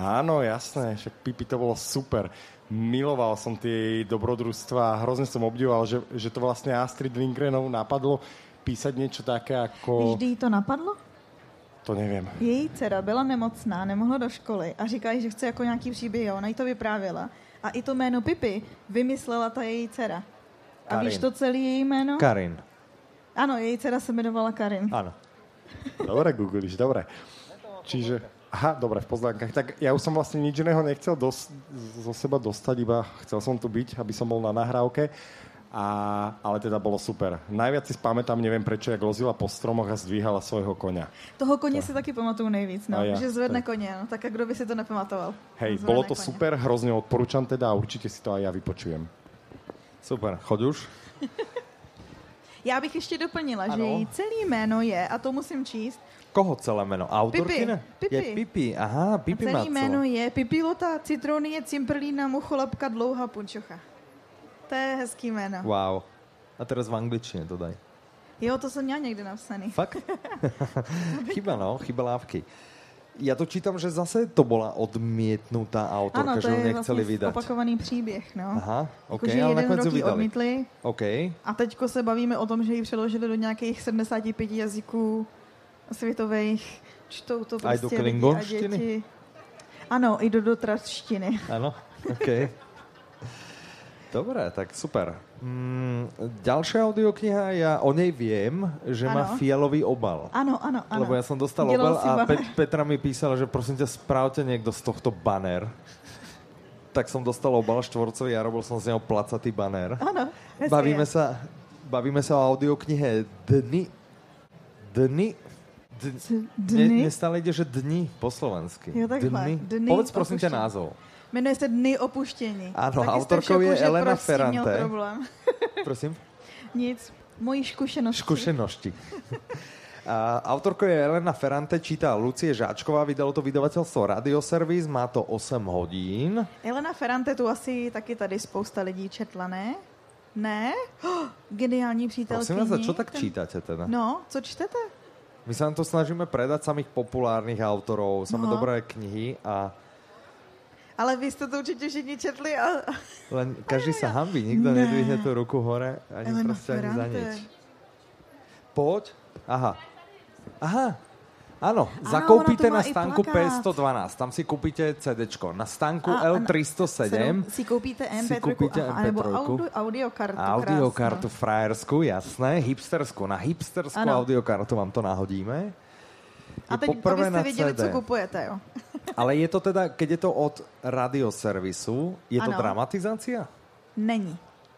G: Áno, jasné, však Pipi to bolo super. Miloval som tie jej dobrodružstva a hrozne som obdivoval, že, že to vlastne Astrid Lindgrenov napadlo písať niečo také ako...
B: Vždy jí to napadlo?
G: To neviem.
B: Její dcera byla nemocná, nemohla do školy a říká jí, že chce jako nějaký příběh a ona jí to vyprávěla. A i to jméno Pipi vymyslela ta její dcera. A
A: Karin.
B: víš to celý její jméno?
A: Karin.
B: ano, její dcera se jmenovala Karin.
A: Áno.
G: Dobre, googlíš, dobre. Čiže, aha, dobre, v poznámkach. Tak ja už som vlastne nič iného nechcel dos, zo seba dostať, iba chcel som tu byť, aby som bol na nahrávke. A, ale teda bolo super. Najviac si spamätám, neviem prečo, jak lozila po stromoch a zdvíhala svojho konia.
B: Toho koně si taky pamatuju nejvíc, no,
G: A já,
B: že zvedne
G: tak.
B: koně, no, tak a kdo by si to nepamatoval?
G: Hej,
B: Zvedne
G: bolo to
B: koně.
G: super, hrozne odporúčam teda a určite si to aj ja vypočujem.
A: Super, choď už.
B: Já bych ještě doplnila, ano. že
A: Ano.
B: její celý jméno je, a to musím číst,
A: Koho celé meno? Autorkine?
B: Pipi.
A: Je Pipi. Aha,
B: a
A: Pipi má
B: celý jméno
A: celé.
B: je Pipilota, Citronie, Cimprlína, Mucholapka, Dlouhá, Punčocha. To je hezký jméno.
A: Wow. A teraz v angličtine to daj.
B: Jo, to jsem měla někde napsaný.
A: Fakt? chyba, no, chyba lávky. Ja to čítam, že zase to bola odmietnutá
B: Ano,
A: autorka,
B: to
A: že ju
B: je
A: nechceli
B: vlastně
A: vydať.
B: opakovaný příběh, no.
A: Aha, OK,
B: Jakože
A: ale
B: jeden
A: nakonec
B: rok
A: ju
B: ji
A: vydali.
B: odmítli
A: OK,
B: a teďko se bavíme o tom, že ji přeložili do nějakých 75 jazyků světových. Čtou to
A: A i do
B: prostě lidi a
A: klingonštiny?
B: děti. Ano, i do dotratštiny.
A: áno, OK. Dobre, tak super. Mm, ďalšia audiokniha, ja o nej viem, že má
B: Áno.
A: fialový obal.
B: Ano, ano, ano.
A: Lebo ja som dostal
B: Dělal
A: obal
B: si
A: a
B: banner.
A: Pet, Petra mi písala, že prosím ťa, správte niekto z tohto banér. tak som dostal obal štvorcový a robil som z neho placatý banér.
B: Ano, hezky
A: Bavíme
B: je.
A: sa, bavíme sa o audioknihe Dny. Dny. Dny.
B: Dny?
A: Mne, mne stále ide, že dni po slovensky.
B: Jo, takhle. Dny
A: Povedz prosím ťa
B: opuštění.
A: názov.
B: Jmenuje se Dny opuštění.
A: Ano,
B: Taky jste v
A: autorkou je
B: šoku, že
A: Elena
B: proč s tím měl
A: Ferrante.
B: problém.
A: Prosím?
B: Nic, mojí zkušenosti.
A: Škušenosti. A autorkou je Elena Ferrante, čítá Lucie Žáčková, vydalo to vydavateľstvo Radioservis, má to 8 hodín.
B: Elena Ferrante tu asi taky tady spousta lidí četla, ne? Ne? Oh, geniální přítelkyni.
A: Prosím vás, a čo tak
B: Ten-
A: čítate teda?
B: No, co čtete?
A: My sa vám to snažíme predať samých populárnych autorov, samé
B: No.
A: dobré knihy a
B: Ale vy jste to určitě všichni četli a...
A: len každý sa hambí, nikto
B: Ne.
A: nedvihne tú ruku hore, ani
B: Elena
A: proste ani za
B: Ferrante.
A: nič. Poď. Aha. Aha. Áno,
B: Áno,
A: zakoupíte
B: ona to
A: na
B: má i
A: stánku
B: plakát.
A: P112, tam si kúpite CDčko. Na stánku
B: A- a na-
A: L307
B: Si koupíte MP3,
A: si koupíte
B: aha, nebo
A: MP3.
B: audio, audiokartu.
A: audiokartu
B: krásnou.
A: frajersku, jasné, hipstersku. Na hipstersku
B: Ano.
A: audiokartu vám to nahodíme.
B: A
A: Je
B: teď,
A: poprvé
B: abyste
A: na
B: věděli,
A: CD.
B: co kupujete, jo.
A: Ale je to teda, keď je to od radioservisu, je to
B: Ano.
A: dramatizácia?
B: Není.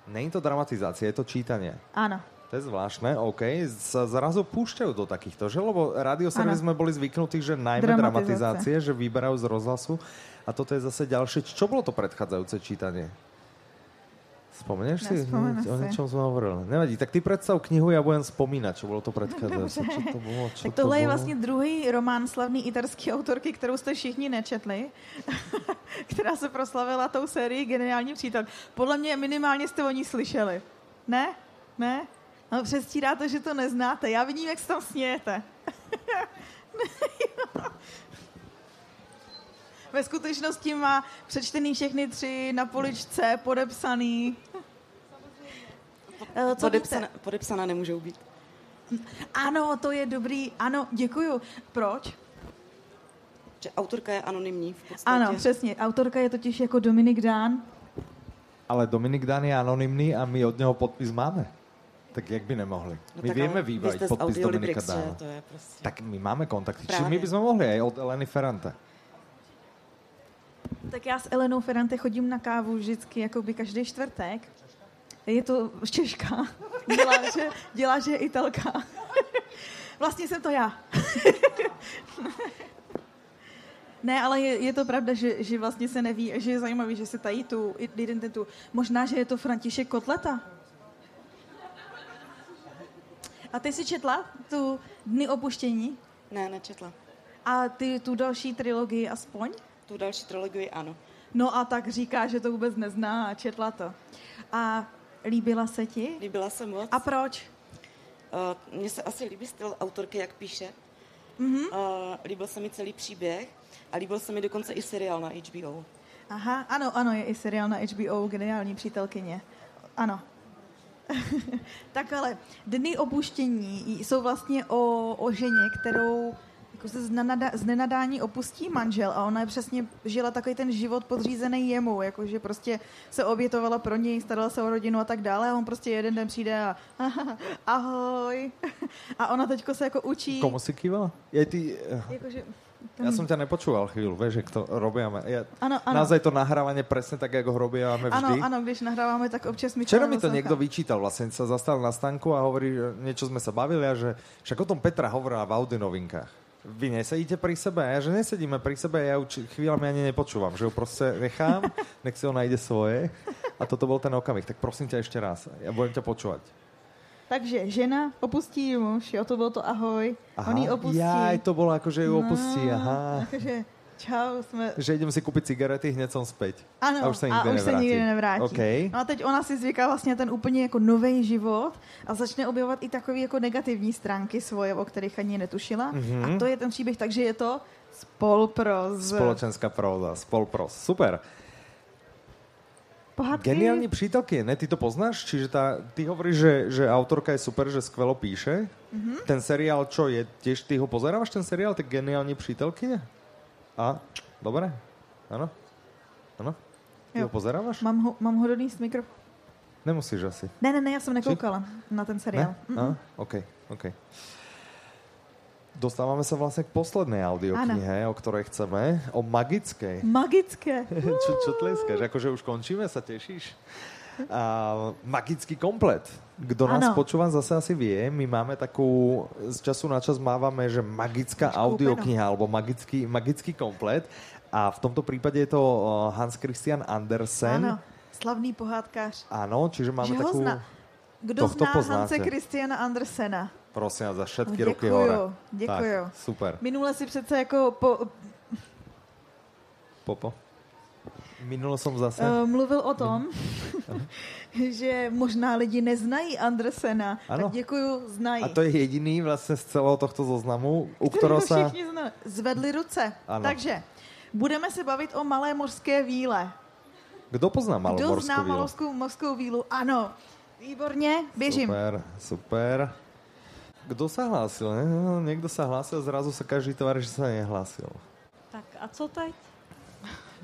A: Není to dramatizácia, je to čítanie.
B: Ano.
A: To je zvláštne, OK. Sa zrazu púšťajú do takýchto, že? Lebo radioservis
B: Áno.
A: sme boli zvyknutí, že najmä dramatizácie,
B: Dramatizácie.
A: že vyberajú z rozhlasu. A toto je zase ďalšie. Čo bolo to predchádzajúce čítanie? Spomenieš si?
B: Nespomenu
A: o
B: si.
A: niečom sme hovorili. Nevadí, tak ty predstav knihu, ja budem spomínať, čo bolo to predchádzajúce. Čo to bolo? Čo
B: tak
A: to
B: tohle je
A: bolo?
B: vlastně druhý román slavný italské autorky, kterou jste všichni nečetli, která se proslavila tou sérií Geniální přítel. Podle mě minimálně jste o ní slyšeli. Ne? Ne? No přestíráte, že to neznáte. Já vidím, jak se tam smějete. Ve skutečnosti má přečtený všechny tři na poličce, podepsaný. Eh, Co víte?
C: Podepsaná, podepsaná nemůžou být.
B: Ano, to je dobrý. Ano, děkuju. Proč?
C: Že autorka je anonymní v podstatě.
B: Ano, přesně. Autorka je totiž jako Dominik Dán.
A: Ale Dominik Dan je anonymný a my od neho podpis máme. Tak jak by nemohli? No, my
C: tak
A: vieme
C: ale vy
A: vybaviť
C: jste z
A: podpis Dominika
C: Audiolibrix,
A: Dána.
C: že to je prostě.
A: Tak my máme kontakty. Čiže my
C: Právě.
A: by sme mohli aj od Eleny Ferrante.
B: Tak já s Elenou Ferrante chodím na kávu vždycky, jako by každý čtvrtek. Je to Češka. Dělá, že, dělá, že je Italka. Vlastně jsem to já. Ne, ale je, je to pravda, že, že vlastně se neví, že je zajímavý, že se tají tu identitu. Možná, že je to František Kotleta. A ty jsi četla tu Dny opuštění
C: Ne, nečetla.
B: a ty tu další trilogii aspoň?
C: Tu další trilogii ano.
B: No a tak říká, že to vůbec nezná a četla to. A líbila se ti?
C: Líbila se moc.
B: A proč?
C: Uh, Mhm. Eh, Mně se asi líbí styl autorky, jak píše. Mm-hmm. Uh, líbil se mi celý příběh.
H: A líbil se mi dokonce i seriál na HBO.
B: Aha, ano, ano, je i seriál na HBO Geniální přítelkyně. Ano. tak ale dny opuštění jsou vlastně o, o ženě, kterou jako se z nanada- z nenadání opustí manžel a ona je přesně žila takový ten život podřízený jemu, jakože prostě se obětovala pro něj, starala se o rodinu a tak dále a on prostě jeden den přijde a ahoj. a ona teďko se jako učí.
A: Komu si kývala? Je ty, eh,
B: Jakože,
A: ja
C: Hmm.
A: som ťa nepočúval chvíľu, vieš, jak to robíme. Ja,
B: Ano, ano.
A: Naozaj to nahrávanie presne tak, jak ho robíme vždy.
B: ano, ano, když nahráváme, tak občas mi
A: Včera mi
B: to
A: to
B: neposlouchá.
A: niekto vyčítal, vlastne sa zastal na stanku a hovorí, že niečo sme sa bavili a že však o tom Petra hovorila v Audi novinkách. Vy nesedíte pri sebe? A ja, že nesedíme pri sebe, ja ju či- chvíľami ani nepočúvam, že ju proste nechám, nech si ona ide svoje. A toto bol ten okamih. Tak prosím ťa ešte raz, ja budem ťa počúvať.
B: Takže žena opustí muž, jo, to bylo to ahoj. Aha, on ji opustí.
A: Jaj, to bolo ako, že ju opustí,
B: No,
A: aha.
B: Takže čau, jsme...
A: Že idem si kúpiť cigarety, hneď som späť.
B: Ano,
A: a už sa nikdy
B: a už se
A: nevrátí.
B: nikdy nevrátí.
A: Okay.
B: No a teď ona si zvyká vlastně ten úplně jako nový život a začne objevovat i takové jako negativní stránky svoje, o kterých ani netušila.
A: Mhm.
B: Mm-hmm. A to je ten příběh, takže je to spolproz.
A: Spoločenská próza, spolpros. Super.
B: Pohádky.
A: Geniální přítelky, ne? Ty to poznáš? Čiže ta, ty hovoríš, že, že autorka je super, že skvelo píše. Mm-hmm.
B: Mhm.
A: Ten seriál, čo je, tiež ty ho pozeráš, ten seriál, ty geniální přítelky? A, dobré, ano, ano. Ty
B: Jo.
A: ho pozeráš?
B: Mám ho, mám ho donést mikro...
A: Nemusíš asi.
B: Ne, ne, ne, já jsem nekoukala na ten seriál. Mhm.
A: Ne? A? OK, OK. Dostáváme se vlastně k posledné audioknihe, o které chceme, o magické.
B: Magické.
A: čo, čo tlieskáš? Akože už končíme, sa tešíš? A, magický komplet. Kdo nás
B: Áno.
A: počúva, zase asi vie. My máme takú, z času na čas mávame, že magická audiokniha alebo magický, magický komplet. A v tomto prípade je to o, Hans Christian Andersen.
B: Ano, slavný pohádkář.
A: Áno, čiže máme
B: Že ho
A: takú...
B: zna. Kdo
A: Tohto
B: zná
A: poznáte.
B: Hanse Christiana Andersena?
A: Prosím vás, za všetky
B: Děkuju,
A: ruky hore.
B: děkuju.
A: Tak, super.
B: Minule si přece jako po, uh,
A: Popo. Minulo som zase.
B: eh, mluvil o tom,
A: Mhm.
B: že možná lidi neznají Andersena.
A: Ano.
B: Tak děkuju, znají.
A: A to je jediný vlastne z celého tohto zoznamu, u
B: Kterýho
A: ktorého sa...
B: všichni zna... Zvedli ruce.
A: Ano.
B: Takže budeme se bavit o malé mořské víle.
A: Kdo pozná
B: Kdo zná
A: malomorskou vílu?
B: malou mořskou vílu? Ano. Výborně, běžím.
A: Super, super. Kdo sa hlásil? Ne? No, Niekto sa hlásil, zrazu sa každý tvári, že sa nehlásil.
I: Tak a co teď?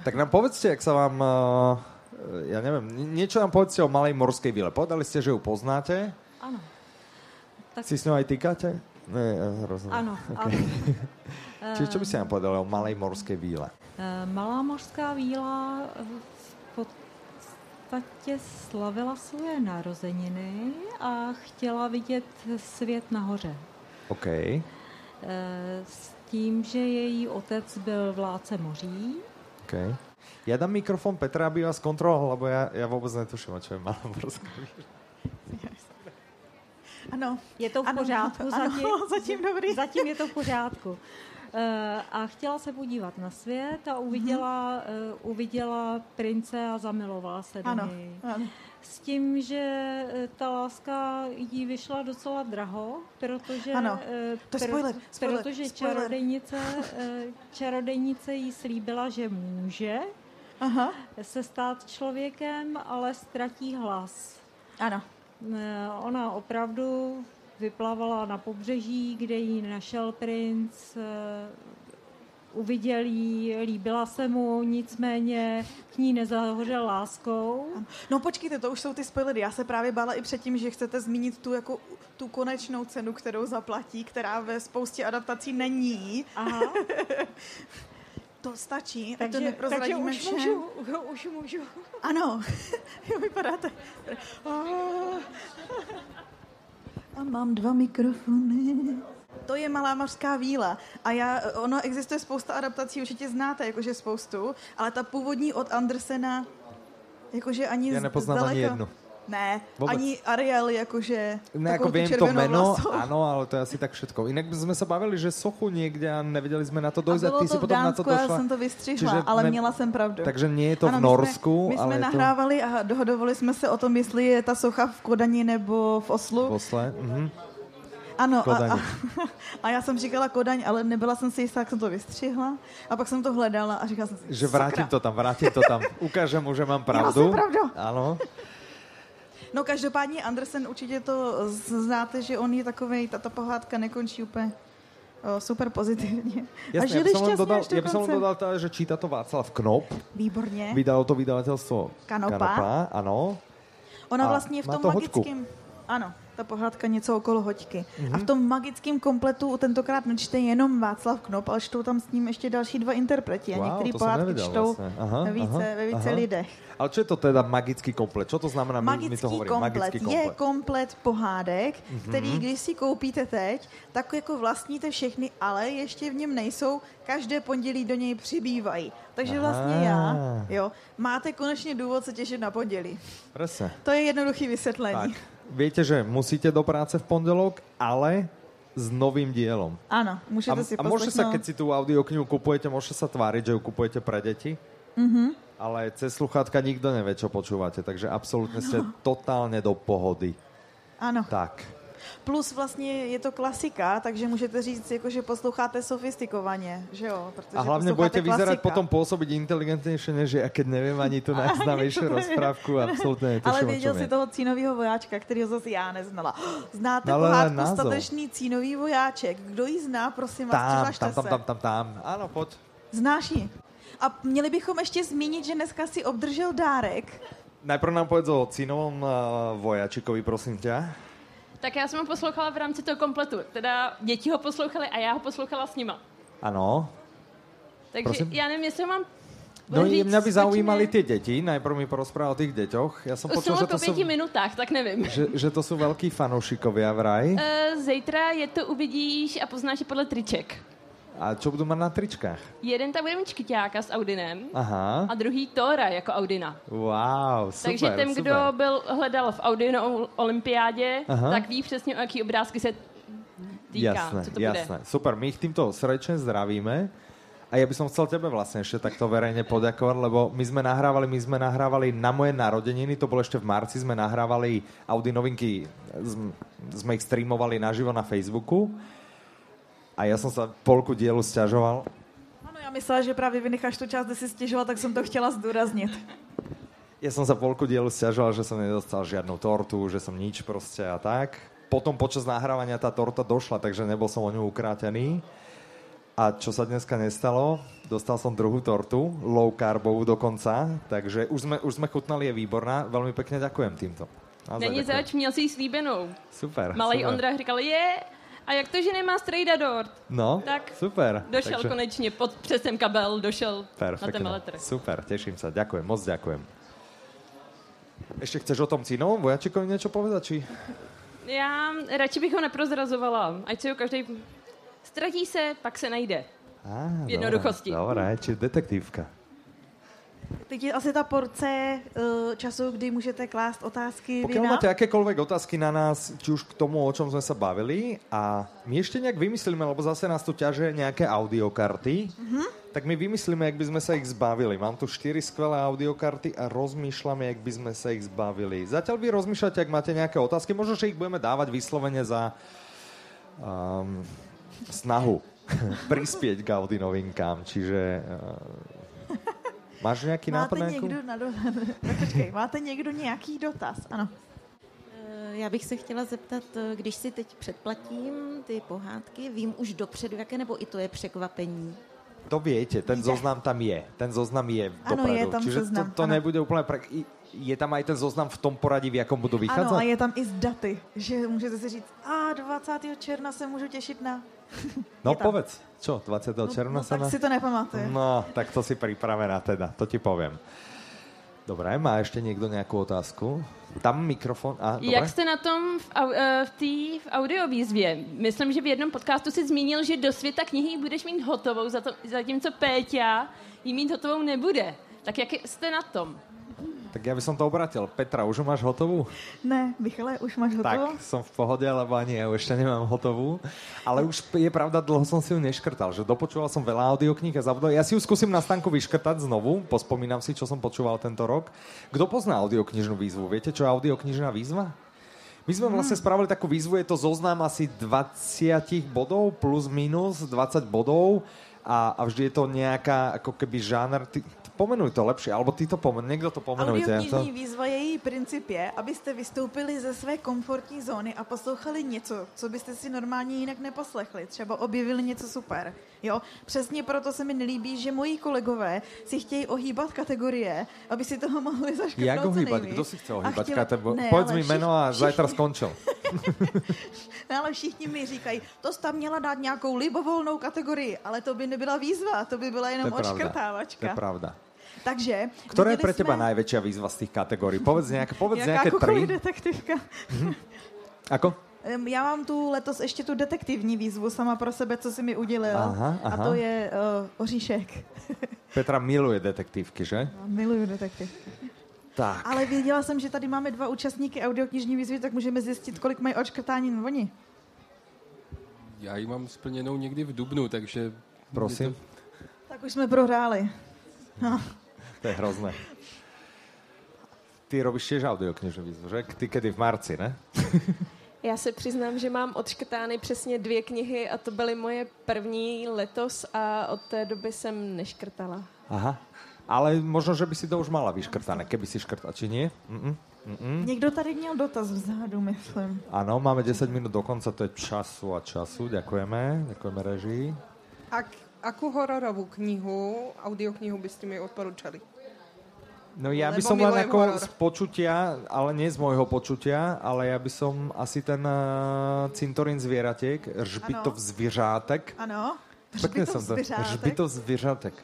A: Tak nám povedzte, ak sa vám... eh, ja neviem, ni- niečo nám povedzte o Malej morskej vile. Povedali ste, že ju poznáte.
I: Ano. Tak,
A: Si s ňou aj týkate? Ne, hrozné.
I: ano, eh, okay. ano.
A: Čiže čo by ste nám povedali o Malej morskej víle?
I: Eh, Malá mořská víla eh, v podstatě slavila svoje narozeniny a chtěla vidět svět nahoře.
A: OK.
I: Eh, S tím, že její otec byl vládce moří.
A: OK. Ja dám mikrofon Petra, aby vás kontroloval, lebo ja, ja vôbec netuším, o čo je Malá morská víla.
B: Ano.
I: Je to v
B: Ano,
I: pořádku
B: ano,
I: zatím?
B: zatím dobrý.
I: Zatím je to v pořádku. Eh, A chtěla se podívat na svět a uviděla, eh, uviděla prince a zamilovala se do
B: Ano.
I: něj.
B: ano.
I: S tím, že eh, ta láska jí vyšla docela draho, protože,
B: Ano.
I: eh,
B: To je spoiler, spoiler,
I: protože
B: spoiler.
I: čarodejnice, eh, čarodejnice jí slíbila, že může
B: Aha.
I: se stát člověkem, ale ztratí hlas.
B: Ano.
I: Eh, Ona opravdu vyplavala na pobřeží, kde ji našel princ, eh, uviděl jí, líbila se mu, nicméně k ní nezahořel láskou.
B: No počkejte, to už jsou ty spoilery. Já se právě bála i předtím, že chcete zmínit tu, jako, tu konečnou cenu, kterou zaplatí, která ve spoustě adaptací není.
I: Aha,
B: To stačí, takže, to
I: takže, takže
B: neprozradíme
I: už,
B: všem.
I: můžu, už můžu.
B: Ano, jo, vypadá to. A mám dva mikrofony. To je Malá mořská víla. A já, ono existuje spousta adaptací, určitě znáte, jakože spoustu, ale ta původní od Andersena, jakože ani
A: Já
B: z-
A: nepoznám
B: zdaleka.
A: ani jednu.
B: Ne,
A: Vůbec.
B: Vůbec. ani Ariel, jakože...
A: Ne,
B: takovou
A: ako
B: tu
A: viem No, to
B: červenou
A: meno,
B: vlasou.
A: áno, ale to je asi tak všetko. Inak by sme sa bavili, že sochu niekde a nevedeli sme na to dojsť a,
B: bylo
A: ty
B: to
A: si
B: v
A: potom na to
B: Dánsku, já
A: došla.
B: jsem to vystřihla, ale měla jsem pravdu.
A: Takže nie je to v
B: Ano,
A: Norsku,
B: my jsme, my
A: ale
B: jsme
A: je to
B: nahrávali a dohodovali jsme se o tom, jestli je ta socha v Kodani nebo v
A: v
B: Oslu.
A: Osle. Mhm.
B: Ano, a, a,
A: Kodaň.
B: a já jsem říkala Kodaň, ale nebyla jsem si jistá, jak jsem to vystřihla. A pak jsem to hledala a říkala jsem si,
A: Že vrátím to tam, vrátím to tam. Ukážem mu, že mám pravdu.
B: jsem pravdu.
A: Ano.
B: No každopádně Andersen určitě to z- znáte, že on je takovej, ta, ta pohádka nekončí úplně o, super pozitivně.
A: Jasne,
B: a
A: ja
B: žili
A: by som len
B: šťastně
A: dodal,
B: až do
A: ja by som len
B: konce.
A: dodal tá, že číta to Václav Knop,
B: Výborně.
A: vydalo to vydavateľstvo
B: Kanopa.
A: Kanopa áno.
B: Ona
A: A
B: vlastně v
A: má
B: tom
A: to hoďku.
B: magickém... Ano, ta pohádka něco okolo hoďky. Mm-hmm.
A: Mhm.
B: A v tom magickém kompletu tentokrát nečte jenom Václav Knop, ale čtou tam s ním ještě další dva interpreti.
A: Wow,
B: a některé
A: to jsem
B: pohádky
A: nevěděl
B: čtou
A: vlastně. Aha,
B: ve více,
A: aha,
B: ve více
A: aha.
B: lidech.
A: Ale čo je to teda magický komplet? Čo to znamená? my, my to hovorí.
B: komplet je komplet pohádek,
A: Mhm.
B: mm-hmm. který když si koupíte teď, tak jako vlastníte všechny, ale ještě v něm nejsou, každé pondělí do něj přibývají. Takže
A: Aha.
B: vlastně já, jo, máte konečně důvod se těšit na pondělí.
A: Presne.
B: To je jednoduchý vysvětlení.
A: Tak. Viete, že musíte do práce v pondelok, ale s novým dielom.
B: Ano,
A: A,
B: můžete si
A: a môže sa,
B: poslechnout.
A: keď si tú audioknihu kupujete, môže sa tváriť, že ju kupujete pre deti? Mm-hmm.
B: Mhm.
A: Ale cez sluchátka nikto nevie, čo počúvate, takže absolútne ste
B: No.
A: totálne do pohody.
B: Ano.
A: Tak.
B: Plus vlastně je to klasika, takže můžete říct, jako, že posloucháte sofistikovaně, že jo? Protože
A: A hlavne
B: posloucháte
A: budete vyzerať
B: klasika.
A: potom pôsobiť inteligentnejšie, než ja, keď neviem ani tú najznámejšiu rozprávku. Absolútne netuším,
B: Ale
A: o
B: věděl
A: čom
B: si
A: je.
B: toho cínového vojáčka, kterého zase já neznala. Znáte
A: No, Ale
B: pohádku
A: název.
B: statečný cínový vojáček? Kdo ji zná, prosím vás,
A: Tam,
B: přihlašte
A: tam, tam,
B: se.
A: tam, tam, tam. Áno, poď.
B: Znáš ji? A měli bychom ještě zmínit, že dneska si obdržel dárek.
A: Najprv nám povedz o Cinovom eh, vojačikovi, prosím ťa.
J: Tak já jsem ho poslouchala v rámci toho kompletu. Teda děti ho poslouchali a já ho poslouchala s nima.
A: Áno.
J: Takže
A: Prosím?
J: já nevím, jestli ho mám
A: No
J: říct,
A: i mňa by
J: skočíme-
A: zaujímali tie deti. Najprv mi porozprával o tých deťoch. Ja som
J: Už jsem
A: počul,
J: ho
A: že
J: po
A: to sú,
J: jako pěti minutách, tak nevím.
A: že, že to sú veľkí fanúšikovia vraj.
J: Eh, Zítra je to uvidíš a poznáš je podle triček.
A: A čo budú mať na tričkách?
J: Jeden tam bude mít škyťáka s Audinem
A: Aha.
J: a druhý Tóra jako Audina.
A: Wow, super,
J: Takže ten,
A: super.
J: kdo byl, hledal v Audino olympiádě,
A: Aha.
J: tak ví přesně, o jaký obrázky se týká,
A: jasné,
J: co to
A: jasné.
J: bude.
A: Super, my ich týmto srdečne zdravíme. A ja by som chcel tebe vlastne ešte takto verejne poďakovať, lebo my sme nahrávali, my sme nahrávali na moje narodeniny, to bolo ešte v marci, sme nahrávali Audi novinky, z- sme ich streamovali naživo na Facebooku. A ja som sa polku dielu stiažoval.
B: Ano, já myslela, že právě vynecháš tu část, kde jsi stěžoval, tak jsem to chtěla zdůraznit.
A: Ja som sa polku dielu stiažoval, že som nedostal žiadnu tortu, že som nič proste a tak. Potom počas nahrávania tá torta došla, takže nebol som o ňu ukrátený. A čo sa dneska nestalo, dostal som druhú tortu, low carbovú dokonca, takže už sme, už sme chutnali, je výborná. Veľmi pekne ďakujem týmto. Naozaj
J: Není
A: ďakujem.
J: zač, měl jsi jí slíbenou.
A: Super.
J: Malej
A: super.
J: Ondra říkal, je, a jak to, že nemá strejda dort?
A: No, tak.
J: Tak,
A: super.
J: Došel Takže... konečně pod přes ten kabel, došel na ten
A: Perfektne.
J: veletr.
A: Super, teším sa. Ďakujem, moc ďakujem. Ešte chceš o tom Cinovom vojačikovi niečo povedať? Či...
J: Já radši bych ho neprozrazovala, ať se ho každý ztratí se, pak se najde.
A: Á,
J: V jednoduchosti.
A: Dobré, dobré, či detektívka.
B: Teď je asi ta porce eh, času, kdy můžete klást otázky
A: Pokiaľ
B: vy nám.
A: máte akékoľvek otázky na nás, či už k tomu, o čom sme sa bavili, a my ešte nejak vymyslíme, lebo zase nás tu ťaže nejaké audiokarty, tak my vymyslíme, jak by sme sa ich zbavili. Mám tu štyri skvelé audiokarty a rozmýšľame, jak by sme sa ich zbavili. Zatiaľ vy rozmýšľate, ak máte nejaké otázky, možno, že ich budeme dávať vyslovene za um, snahu prispieť k Audi novinkám. Čiže uh, máš nejaký
B: Máte
A: nápad? na nejakú-
B: někdo, na do... Počkej, máte někdo nějaký dotaz? Ano.
C: Eh, Já bych se chtěla zeptat, eh, když si teď předplatím ty pohádky, vím už dopředu, jaké, nebo i to je překvapení?
A: To viete, ten zoznam tam je. Ten zoznam je
B: Áno,
A: dopredu.
B: je tam
A: Čiže
B: zoznam,
A: to, to
B: áno.
A: nebude úplne... Pre... i- Je tam aj ten zoznam v tom poradí, v jakom budú vychádzať?
B: Ano, a je tam i s daty, že můžete si říct, a 20. června se můžu těšit na...
A: No
B: je tam.
A: povedz, čo, 20. června
B: no,
A: sa
B: tak
A: na...
B: si to nepamatuje. No.
A: No, tak to si pripravená teda, to ti poviem. Dobre, má ešte niekto nejakú otázku? Tam mikrofon... A,
J: Dobre. Jak
A: dobre.
J: jste na tom v, au- eh, v, tý, v audiovýzvě? Myslím, že v jednom podcastu si zmínil, že do světa knihy budeš mít hotovou, za to- zatímco Péťa ji mít hotovou nebude. Tak jak jste na tom?
A: Tak ja by som to obratil. Petra, už ju máš hotovú?
B: Ne, Michale, už máš hotovo?
A: Tak, som v pohode, lebo ani ja ju ešte nemám hotovú. Ale už je pravda, dlho som si ju neškrtal, že dopočúval som veľa audiokníh a zabudol. Ja si ju skúsim na stanku vyškrtať znovu, pospomínam si, čo som počúval tento rok. Kto pozná audioknižnú výzvu? Viete, čo je audioknižná výzva? My sme vlastne spravili takú výzvu, je to zoznam asi 20 bodov, plus minus 20 bodov a, a vždy je to nejaká ako keby žáner, ty, pomenuj to lepšie, alebo ty to pomen, niekto to pomenujte. To...
B: Audioknižní výzva její princip je, abyste vystoupili ze své komfortní zóny a poslouchali něco, co byste si normálně jinak neposlechli. Třeba objevili něco super. Jo? Přesně proto se mi nelíbí, že moji kolegové si chtějí ohýbat kategorie, aby si toho mohli zaškrtnout
A: Jak
B: co
A: ohýbat?
B: nejvíc.
A: Kdo si chce
B: A
A: ohýbat?
B: chtěla-
A: Chtěla...
B: Ne,
A: Povedz
B: ale
A: mi jméno a
B: všichni-
A: zajtra skončil.
B: No, ale všichni mi říkají, to jsi tam měla dát nějakou libovolnou kategorii, ale to by nebyla výzva, to by byla jenom
A: to je pravda. To je
B: odškrtávačka.
A: pravda.
B: Takže
A: Ktorá je
B: viděli
A: pre teba
B: jsme-
A: najväčšia výzva z tých kategórií? Povedz nejaké, povedz Jako
B: Jaká
A: nejaké
B: kuchový
A: tri.
B: detektivka.
A: Ako?
B: Em, Já mám tu letos ještě tu detektivní výzvu sama pro sebe, co si mi udělil.
A: Aha, aha.
B: A to je uh, oříšek.
A: Petra miluje detektívky, že?
B: Já Miluju detektiv.
A: Tak.
B: Ale věděla jsem, že tady máme dva účastníky audioknižní výzvy, tak můžeme zjistit, kolik mají očkrtání oni.
E: Já ji mám splněnou někdy v Dubnu, takže...
A: Prosím.
E: je to-
B: Tak už jsme prohráli. No.
A: To je hrozné. Ty robíš tiež audioknižnú výzvu, že? Ty kedy v marci, ne?
K: Já se přiznám, že mám odškrtány přesně dvě knihy a to byly moje první letos a od té doby jsem neškrtala.
A: Aha. Ale možno, že by si to už mala vyškrtané, keby si škrtala, či nie? Mm-mm. Mm-mm.
B: Někdo tady měl dotaz vzadu, myslím.
A: Áno, máme 10 minút do konca, to je času a času. Ďakujeme, ďakujeme režii.
F: A k, akou hororovou knihu, audioknihu byste mi odporučali?
A: No ja by
F: Lebo
A: som len
F: milujem
A: ako
F: horor.
A: z počutia, ale nie z môjho počutia, ale ja by som asi ten uh, cintorín zvieratiek, žbytov
B: Áno.
A: zvieratek.
B: Ano.
A: Pekne
B: Hřbitov
A: som to.
B: zvěřátek.
A: Žbytov zvieratek.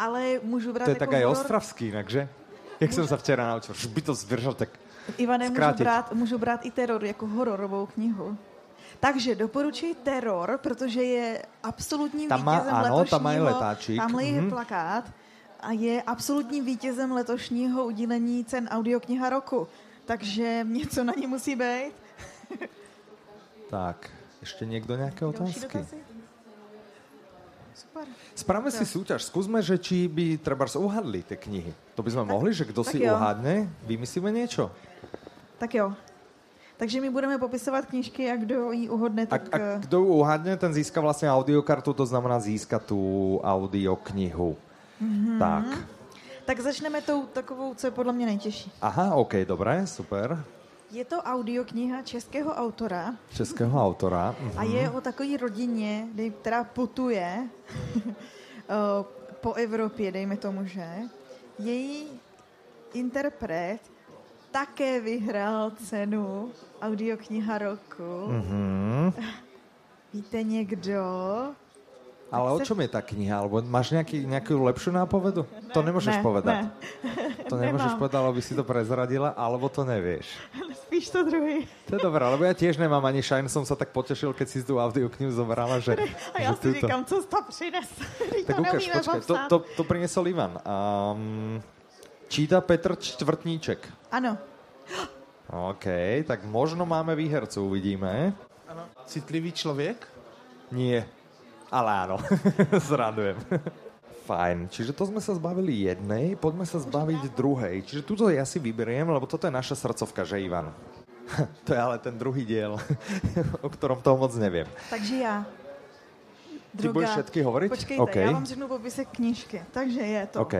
B: Ale můžu brát
A: To je
B: jako
A: tak aj
B: horor-
A: ostravský, takže. Jak jsem se včera naučil, žbytov zvieratek.
B: Ivane, můžu
A: Zkrátit.
B: brát, můžu brát i teror jako hororovou knihu. Takže doporučuji teror, protože je absolutním
A: Tam má-
B: vítězem
A: ano,
B: letošního.
A: tam má i letáčik.
B: Tamhle je
A: Mhm.
B: plakát a je absolutním vítězem letošního udílení cen audiokniha roku. Takže něco na ní musí být.
A: Tak, ještě někdo nějaké
B: Další
A: otázky?
B: dotazy? Super.
A: Spravme si súťaž, skúsme, že či by treba uhadli ty knihy. To by sme mohli, že kdo
B: tak
A: si
B: jo.
A: uhádne, vymyslíme niečo.
B: Tak jo. Takže my budeme popisovat knížky a kdo ji
A: A,
B: uhodne, tak... eh,
A: a kdo ju uhádne, ten získá vlastně audiokartu, to znamená získá tu audioknihu.
B: Mhm.
A: Tak.
B: tak začneme tou takovou, co je podle mě nejtěžší.
A: Aha, OK, dobré, super.
B: Je to audiokniha českého autora,
A: Českého autora. Mhm.
B: A je o takové rodině, dej- která putuje eh, po Evropě, dejme tomu, že její interpret také vyhrál cenu audiokniha roku.
A: Mhm.
B: Víte někdo?
A: Ale o čom je ta kniha? Alebo máš nějaký, nějakou lepšiu nápovedu? To nemůžeš povedat.
B: Ne.
A: To nemůžeš
B: Nemám.
A: povedať, aby si to prezradila, alebo to nevieš.
B: Spíš to druhý.
A: To je dobré, lebo ja tiež nemám ani šajn, som sa tak potešil, keď si tú audioknihu zobrala, že...
B: A já
A: že
B: si
A: túto.
B: říkám, co jsi to přines. Teď
A: Tak
B: to
A: ukáž,
B: neumíme
A: počkej, to,
B: popsat.
A: to, to priniesol Ivan. Um, číta Petr Čtvrtníček.
B: Ano,
A: OK, tak možno máme výhercu, uvidíme.
L: Ano. Citlivý člověk?
A: Nie, ale áno, zradujem. Fajn, čiže to sme sa zbavili jednej, poďme sa zbaviť druhej. Čiže túto ja si vyberiem, lebo toto je naša srdcovka, že Ivan? to je ale ten druhý diel, o ktorom toho moc neviem.
B: takže já.
A: Ty budeš všetky hovoriť?
B: Počkejte,
A: OK.
B: já vám řeknu popisek knížky. Takže je to
A: OK.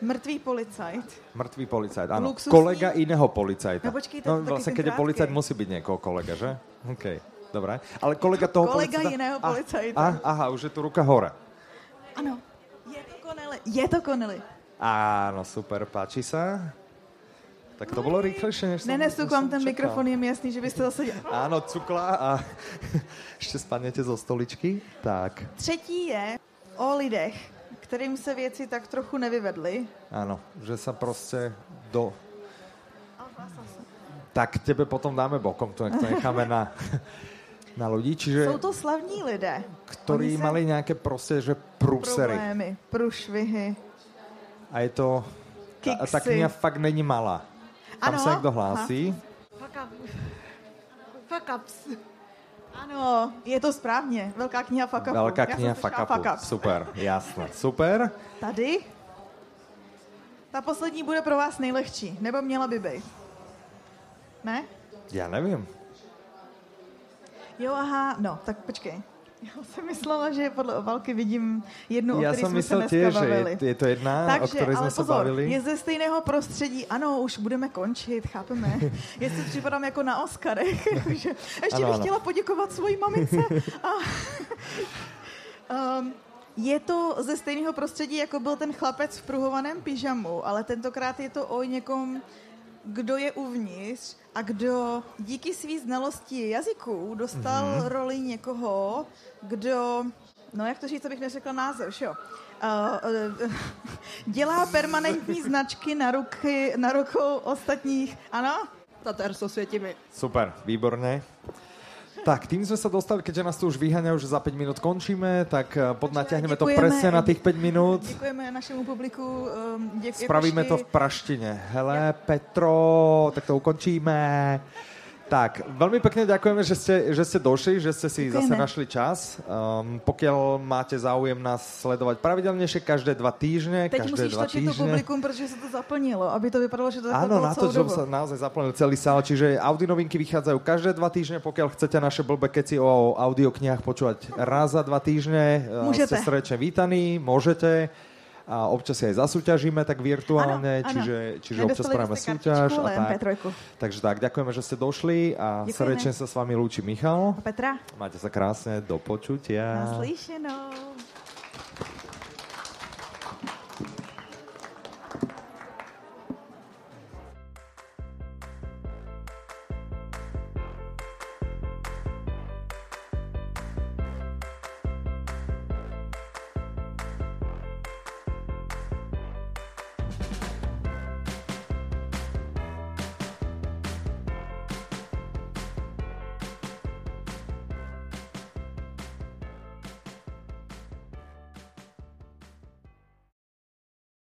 B: Mrtvý policajt.
A: Mrtvý policajt, áno.
B: Luxusný.
A: Kolega iného policajta.
B: No počkejte, to
A: no
B: taky
A: vlastne,
B: ten
A: keď je
B: krátkej.
A: policajt, musí byť niekoho kolega, že? OK, dobré. Ale kolega toho
B: Kolega
A: policajta...
B: jiného
A: Ah,
B: policajta.
A: ah, aha, už je tu ruka hore.
B: Ano, je to Connelly. Je to Connelly.
A: Áno, super, páči sa. Tak to bolo rýchlejšie, než som
B: Nenesu
A: než
B: k vám
A: som
B: ten
A: čakal.
B: mikrofon, je mi jasný, že byste zase dělali.
A: Áno, cukla a ešte spadnete zo stoličky. Tak,
B: Třetí je o lidech, kterým se věci tak trochu nevyvedly.
A: áno, že sa proste do... Tak tebe potom dáme bokom, to, to necháme na, na ľudí. Čiže...
B: Jsou to slavní lidé.
A: ktorí
B: Oni se-
A: mali nějaké prostě, že průsery.
B: Problémy, průšvihy.
A: A je to... ta- A ta
B: Kiksy.
A: kniha fakt není malá. Tam
B: Ano,
A: se někdo
B: aha.
A: hlásí.
B: Fuck up. Fuck ups. Ano, je to správně. Velká kniha fuck upu.
A: Velká
B: Já jsem
A: kniha
B: slyšela
A: fuck upu.
B: fuck ups.
A: Super, jasné. Super.
B: Tady? Ta poslední bude pro vás nejlehčí, nebo měla by být. Ne?
A: Já nevím.
B: Jo, aha, no, tak počkej. Já jsem myslela, že podle ovalky vidím jednu,
A: Já
B: o které
A: jsem
B: No, jsme se
A: myslel
B: dneska
A: tiež, že
B: bavili.
A: je, je to jedna, o
B: Takže,
A: které
B: ale
A: jsme se
B: pozor,
A: bavili.
B: je ze stejného prostředí. Ano, už budeme končit, chápeme. Já si připadám jako na Oscarech. že ještě
A: Ano,
B: bych
A: ano.
B: chtěla poděkovat svojí mamince. A, um, je to ze stejného prostředí, jako byl ten chlapec v pruhovaném pyžamu, ale tentokrát je to o někom, kdo je uvnitř a kdo díky svý znalosti jazyků dostal
M: Mhm.
B: mm-hmm. roli někoho, kdo, no jak to říct, abych neřekla název, že jo? Uh, uh, dělá permanentní značky na, ruky, na rukou ostatních, ano? Tatar so světimi.
A: Super, výborné. Tak, tým sme sa dostali, keďže nás tu už vyháňajú, že za 5 minút končíme, tak eh, podnatiahneme to
B: Děkujeme.
A: presne na tých 5 minút.
B: Děkujeme našemu publiku. Um, děk,
A: Spravíme to v praštine. Hele, Petro, tak to ukončíme. Tak, veľmi pekne ďakujeme, že ste, že ste došli, že ste si
B: Ďakujeme.
A: zase našli čas. Um, pokiaľ máte záujem nás sledovať pravidelnejšie, každé dva týždne,
B: Teď
A: každé
B: musíš
A: dva
B: točit to
A: týždne.
B: publikum, protože se to zaplnilo, aby to vypadalo, že to takhle
A: Áno,
B: bylo
A: na to,
B: celou
A: že
B: dobu.
A: sa naozaj zaplnil celý sál, čiže Audi novinky vychádzajú každé dva týždne, pokiaľ chcete naše blbe keci o audioknihách počúvať raz za dva týždne, eh,
B: Môžete.
A: ste srdečne vítaní, môžete a občas si aj zasúťažíme tak virtuálne,
B: Áno, áno.
A: čiže, čiže občas
B: Nedostali
A: spravíme
B: jste
A: súťaž
B: kartičku,
A: a
B: len
A: tak.
B: Petrojku.
A: Takže tak, ďakujeme, že ste došli a
B: Ďakujeme.
A: srdečne sa s vami lúči Michal.
B: Petra,
A: Máte sa krásne, do počutia.
B: naslyšenou.